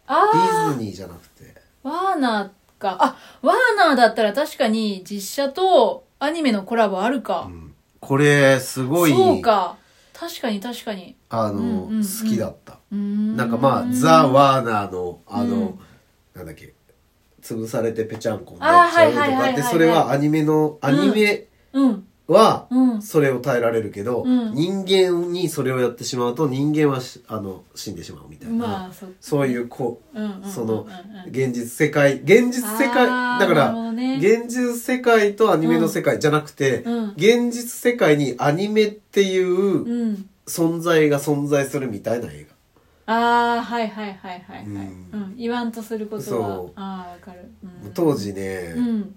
[SPEAKER 2] あ
[SPEAKER 1] ィズニーじゃなくて。
[SPEAKER 2] ーワーナーかあワーナーだったら確かに実写とアニメのコラボあるか、
[SPEAKER 1] うんこれ、すごい、
[SPEAKER 2] そうか確かに確かに
[SPEAKER 1] あの、
[SPEAKER 2] うんうんうん
[SPEAKER 1] 好きだった。
[SPEAKER 2] うーん
[SPEAKER 1] なんかまあ、ザ・ワーナーの、あの、
[SPEAKER 2] うん
[SPEAKER 1] なんだっけ、潰されてペチャンコになっちゃうと
[SPEAKER 2] あーはいは
[SPEAKER 1] か
[SPEAKER 2] いは
[SPEAKER 1] っ
[SPEAKER 2] いはい
[SPEAKER 1] て、
[SPEAKER 2] はい
[SPEAKER 1] それはアニメの、アニメ
[SPEAKER 2] うん
[SPEAKER 1] は、
[SPEAKER 2] うん
[SPEAKER 1] それを耐えられるけど、
[SPEAKER 2] うん
[SPEAKER 1] 人間にそれをやってしまうと人間はしあの死んでしまうみたいな、
[SPEAKER 2] まあそっか
[SPEAKER 1] そういうこ
[SPEAKER 2] うんうんうんうんうん
[SPEAKER 1] その現実世界現実世界
[SPEAKER 2] あー
[SPEAKER 1] だか
[SPEAKER 2] な
[SPEAKER 1] ら
[SPEAKER 2] るほどね
[SPEAKER 1] 現実世界とアニメの世界じゃなくて、
[SPEAKER 2] うん
[SPEAKER 1] 現実世界にアニメっていう
[SPEAKER 2] うん
[SPEAKER 1] 存在が存在するみたいな映
[SPEAKER 2] ああはいはいはいはいはい、う
[SPEAKER 1] うんん
[SPEAKER 2] 言わんとすること
[SPEAKER 1] そ
[SPEAKER 2] は
[SPEAKER 1] う
[SPEAKER 2] ああわかる、う
[SPEAKER 1] 画
[SPEAKER 2] ん、
[SPEAKER 1] 当時ね、
[SPEAKER 2] うん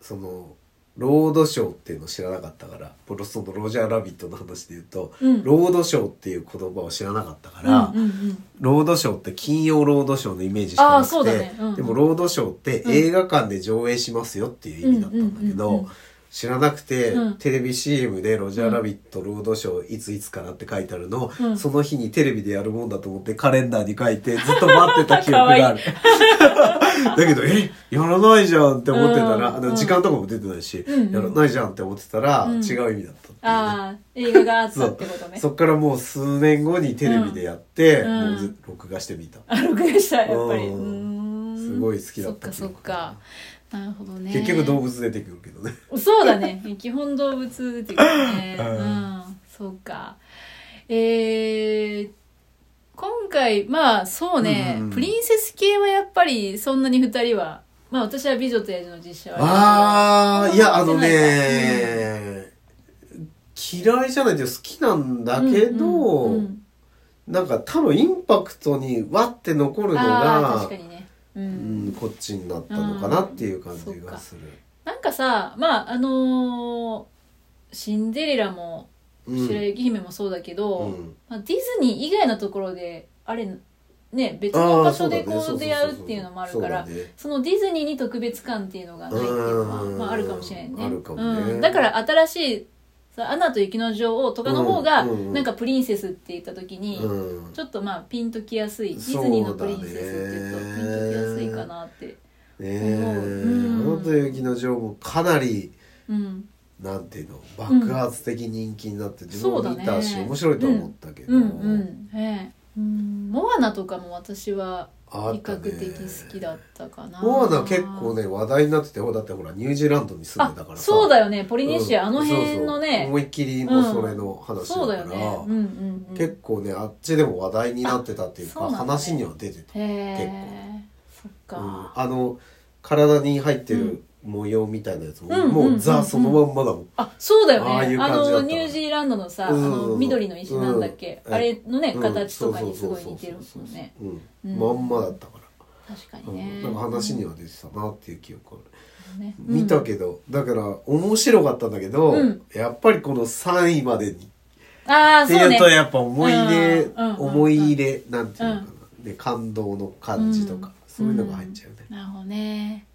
[SPEAKER 1] そのロードショーっていうの知らなかったからボロスのロジャー・ラビットの話で言うと、
[SPEAKER 2] うん
[SPEAKER 1] ロードショーっていう言葉を知らなかったか
[SPEAKER 2] う
[SPEAKER 1] ら、
[SPEAKER 2] んうんうん
[SPEAKER 1] ロードショーって金曜ロードショーのイメージしかな
[SPEAKER 2] あーそ
[SPEAKER 1] く
[SPEAKER 2] うだ
[SPEAKER 1] て、
[SPEAKER 2] ねうん
[SPEAKER 1] でもロードショーって映画館で上映しますよっていう意味だったんだけど、
[SPEAKER 2] うんうんうんうん
[SPEAKER 1] 知らなくて、
[SPEAKER 2] うん
[SPEAKER 1] テレビ CM で「ロジャーラビットロードショーいついつから」って書いてあるのを、
[SPEAKER 2] うん
[SPEAKER 1] その日にテレビでやるもんだと思ってカレンダーに書いてずっと待 ってた記憶がある。 だけど、え、やらないじゃんって思ってたら、
[SPEAKER 2] うん
[SPEAKER 1] あの時間とかも出てないし、
[SPEAKER 2] うんうん
[SPEAKER 1] やらないじゃんって思ってたら、
[SPEAKER 2] うん
[SPEAKER 1] 違う意味だったっていうね
[SPEAKER 2] ああ映画があった
[SPEAKER 1] そ
[SPEAKER 2] っ
[SPEAKER 1] う
[SPEAKER 2] てことね
[SPEAKER 1] そっからもう数年後にテレビでやって、
[SPEAKER 2] うんうん
[SPEAKER 1] もうず録画してみた。
[SPEAKER 2] あ録画したやっぱり
[SPEAKER 1] う
[SPEAKER 2] うんーん
[SPEAKER 1] すごい好きだった
[SPEAKER 2] そっかそっかなるほどね
[SPEAKER 1] 結局動物出てくるけどね。
[SPEAKER 2] そうだね。基本動物出てくるね。うん。そうか。えー、今回、まあそうね、
[SPEAKER 1] うんうん
[SPEAKER 2] プリンセス系はやっぱりそんなに二人は、まあ私は美女と野獣の実写は。
[SPEAKER 1] あー、いや、あの
[SPEAKER 2] うん
[SPEAKER 1] ね、嫌いじゃないけど好きなんだけど、
[SPEAKER 2] うんうん
[SPEAKER 1] なんか多分インパクトにわって残るの
[SPEAKER 2] あー
[SPEAKER 1] が
[SPEAKER 2] 確か、にね。う
[SPEAKER 1] うんん、こっちになったのかなっていう感じがする。
[SPEAKER 2] なんかさまああのーシンデレラも
[SPEAKER 1] うん
[SPEAKER 2] 白雪姫もそうだけど、
[SPEAKER 1] うん
[SPEAKER 2] まあ、ディズニー以外のところであれね別の場所
[SPEAKER 1] あ
[SPEAKER 2] で
[SPEAKER 1] ー
[SPEAKER 2] こ
[SPEAKER 1] そううだ
[SPEAKER 2] 出
[SPEAKER 1] ね
[SPEAKER 2] 会うっていうのもあるから
[SPEAKER 1] そうだね
[SPEAKER 2] そのディズニーに特別感っていうのがないっていうのは、
[SPEAKER 1] うん
[SPEAKER 2] まあ、あるかもしれないね
[SPEAKER 1] あるかもね
[SPEAKER 2] うん、だから新しいさアナと雪の女王」とかの方が、
[SPEAKER 1] うんうん
[SPEAKER 2] なんかプリンセスって言った時に、
[SPEAKER 1] うん
[SPEAKER 2] ちょっとまあピンときやすいデ
[SPEAKER 1] そ
[SPEAKER 2] ィ
[SPEAKER 1] う
[SPEAKER 2] ズ
[SPEAKER 1] だね
[SPEAKER 2] ニーのプリンセスって言うとピンときやすいかなって、
[SPEAKER 1] ねえ、
[SPEAKER 2] うん
[SPEAKER 1] アナと雪の女王もかなり
[SPEAKER 2] うん、
[SPEAKER 1] なんていうの爆発的人気になって自分も見たし、
[SPEAKER 2] そうだね
[SPEAKER 1] 面白いと思ったけど、
[SPEAKER 2] うんうんええうんモアナとかも私は
[SPEAKER 1] あ
[SPEAKER 2] 比
[SPEAKER 1] った
[SPEAKER 2] 較
[SPEAKER 1] ね
[SPEAKER 2] 的好きだったかな
[SPEAKER 1] モアナ結構ね話題になっててだってほらニュージーランドに住んでたから
[SPEAKER 2] あ
[SPEAKER 1] さ
[SPEAKER 2] そうだ
[SPEAKER 1] よ
[SPEAKER 2] よねポリネシア、あの辺のね
[SPEAKER 1] 思いっきりもうそれの話だ
[SPEAKER 2] そうだ
[SPEAKER 1] から、
[SPEAKER 2] よねうんうん、うん、
[SPEAKER 1] 結構ねあっちでも話題になってたっていう
[SPEAKER 2] あ
[SPEAKER 1] か
[SPEAKER 2] そうなんだね
[SPEAKER 1] 話には出てた、
[SPEAKER 2] へえそっ
[SPEAKER 1] うんあ
[SPEAKER 2] か、
[SPEAKER 1] の体に入ってる模様みたいなやつも、
[SPEAKER 2] うん
[SPEAKER 1] も
[SPEAKER 2] うんうんう
[SPEAKER 1] うんザそのまんまだもん、
[SPEAKER 2] あそうだよね
[SPEAKER 1] あ
[SPEAKER 2] あ
[SPEAKER 1] あいう感じだったわ
[SPEAKER 2] のニュージーランドのさ、
[SPEAKER 1] うん
[SPEAKER 2] あの緑の石なんだっけ、
[SPEAKER 1] うん
[SPEAKER 2] あれのね
[SPEAKER 1] うん
[SPEAKER 2] 形とかにすごい似てるもんね、
[SPEAKER 1] そうそうそうそう
[SPEAKER 2] うん
[SPEAKER 1] まんまだったから、
[SPEAKER 2] 確か
[SPEAKER 1] う
[SPEAKER 2] にね、
[SPEAKER 1] ん、なんか話には出てたなっていう記憶ある、
[SPEAKER 2] ね
[SPEAKER 1] 見たけどだから面白かったんだけど、
[SPEAKER 2] うん
[SPEAKER 1] やっぱりこの3位までに
[SPEAKER 2] ああ
[SPEAKER 1] って
[SPEAKER 2] そう
[SPEAKER 1] いう
[SPEAKER 2] ね
[SPEAKER 1] とやっぱ思い入れ、
[SPEAKER 2] うんうん
[SPEAKER 1] 思い入れなんていうのかな、で感動の感じとか、そういうのが入っちゃうね、
[SPEAKER 2] なるほどね。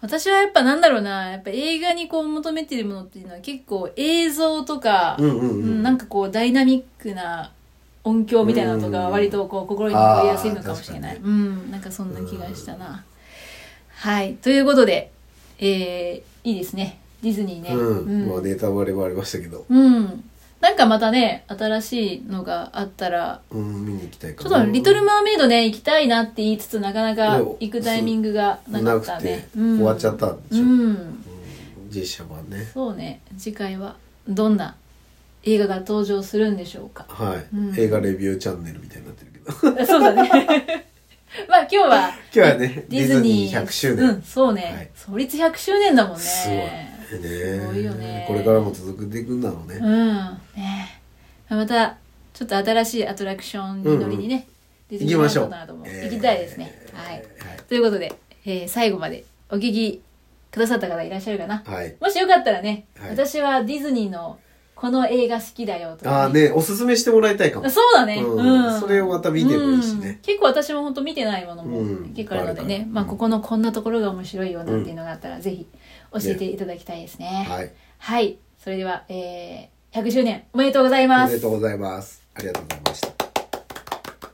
[SPEAKER 2] 私はやっぱなんだろうな、やっぱ映画にこう求めてるものっていうのは結構映像とか、
[SPEAKER 1] うんうんうん
[SPEAKER 2] なんかこうダイナミックな音響みたいなのとかは割とこう心に残りやすいのかもしれな
[SPEAKER 1] あ
[SPEAKER 2] い。
[SPEAKER 1] ー
[SPEAKER 2] うん、なんかそんな気がしたな。はい、ということで、えー、いいですね。ディズニーね。
[SPEAKER 1] うん
[SPEAKER 2] うん
[SPEAKER 1] まあネタバレはありましたけど、
[SPEAKER 2] うんなんかまたね、新しいのがあったら、
[SPEAKER 1] うん、見に行きたい
[SPEAKER 2] ち
[SPEAKER 1] か
[SPEAKER 2] ょっ
[SPEAKER 1] な
[SPEAKER 2] とリトル・マーメイドね、行きたいなって言いつつ、なかなか行くタイミングがなか
[SPEAKER 1] な
[SPEAKER 2] っ
[SPEAKER 1] く
[SPEAKER 2] た
[SPEAKER 1] て
[SPEAKER 2] ね。
[SPEAKER 1] 終わっちゃったんでしょ、
[SPEAKER 2] うん、
[SPEAKER 1] 実写版ね
[SPEAKER 2] そうね次回はどんな映画が登場するんでしょうか
[SPEAKER 1] はい、
[SPEAKER 2] うん
[SPEAKER 1] 映画レビューチャンネルみたいになってるけど 今
[SPEAKER 2] そうだね まあ今日は
[SPEAKER 1] 日はねディズニー
[SPEAKER 2] の
[SPEAKER 1] 100周
[SPEAKER 2] う
[SPEAKER 1] 年
[SPEAKER 2] ん、そうね、
[SPEAKER 1] はい
[SPEAKER 2] 創立100周年だもんね
[SPEAKER 1] すごい
[SPEAKER 2] すごいよね
[SPEAKER 1] ねこれからも続けていくんだろうね、
[SPEAKER 2] うんねえまたちょっと新しいアトラクションに乗りにね、ディズニーランドなども
[SPEAKER 1] 行きましょ
[SPEAKER 2] 行
[SPEAKER 1] う
[SPEAKER 2] きたいですね、
[SPEAKER 1] えー
[SPEAKER 2] はい
[SPEAKER 1] はい
[SPEAKER 2] ということで、えー最後までお聞きくださった方いらっしゃるかな
[SPEAKER 1] はい。
[SPEAKER 2] もしよかったらね、
[SPEAKER 1] はい
[SPEAKER 2] 私はディズニーのこの映画好きだよと
[SPEAKER 1] あ
[SPEAKER 2] か、
[SPEAKER 1] あね、おすすめしてもらいたいかも。
[SPEAKER 2] そうだね、
[SPEAKER 1] う
[SPEAKER 2] うんん
[SPEAKER 1] それをまた見てもいいしね
[SPEAKER 2] うん結構私も本当見てないものも
[SPEAKER 1] うん
[SPEAKER 2] 結構あるので
[SPEAKER 1] いっぱいある
[SPEAKER 2] ね、
[SPEAKER 1] から
[SPEAKER 2] まあ、ここのこんなところが面白いよなんていうのがあったらぜひ教えていただきたいですねはい、
[SPEAKER 1] はい。
[SPEAKER 2] それでは、えー、100周年おめでとうござい
[SPEAKER 1] お
[SPEAKER 2] ま
[SPEAKER 1] め
[SPEAKER 2] す
[SPEAKER 1] でとうございます。ありがとうございました。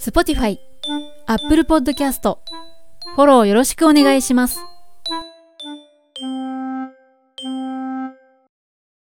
[SPEAKER 2] Spotify、Apple Podcast、フォローよろしくお願いします。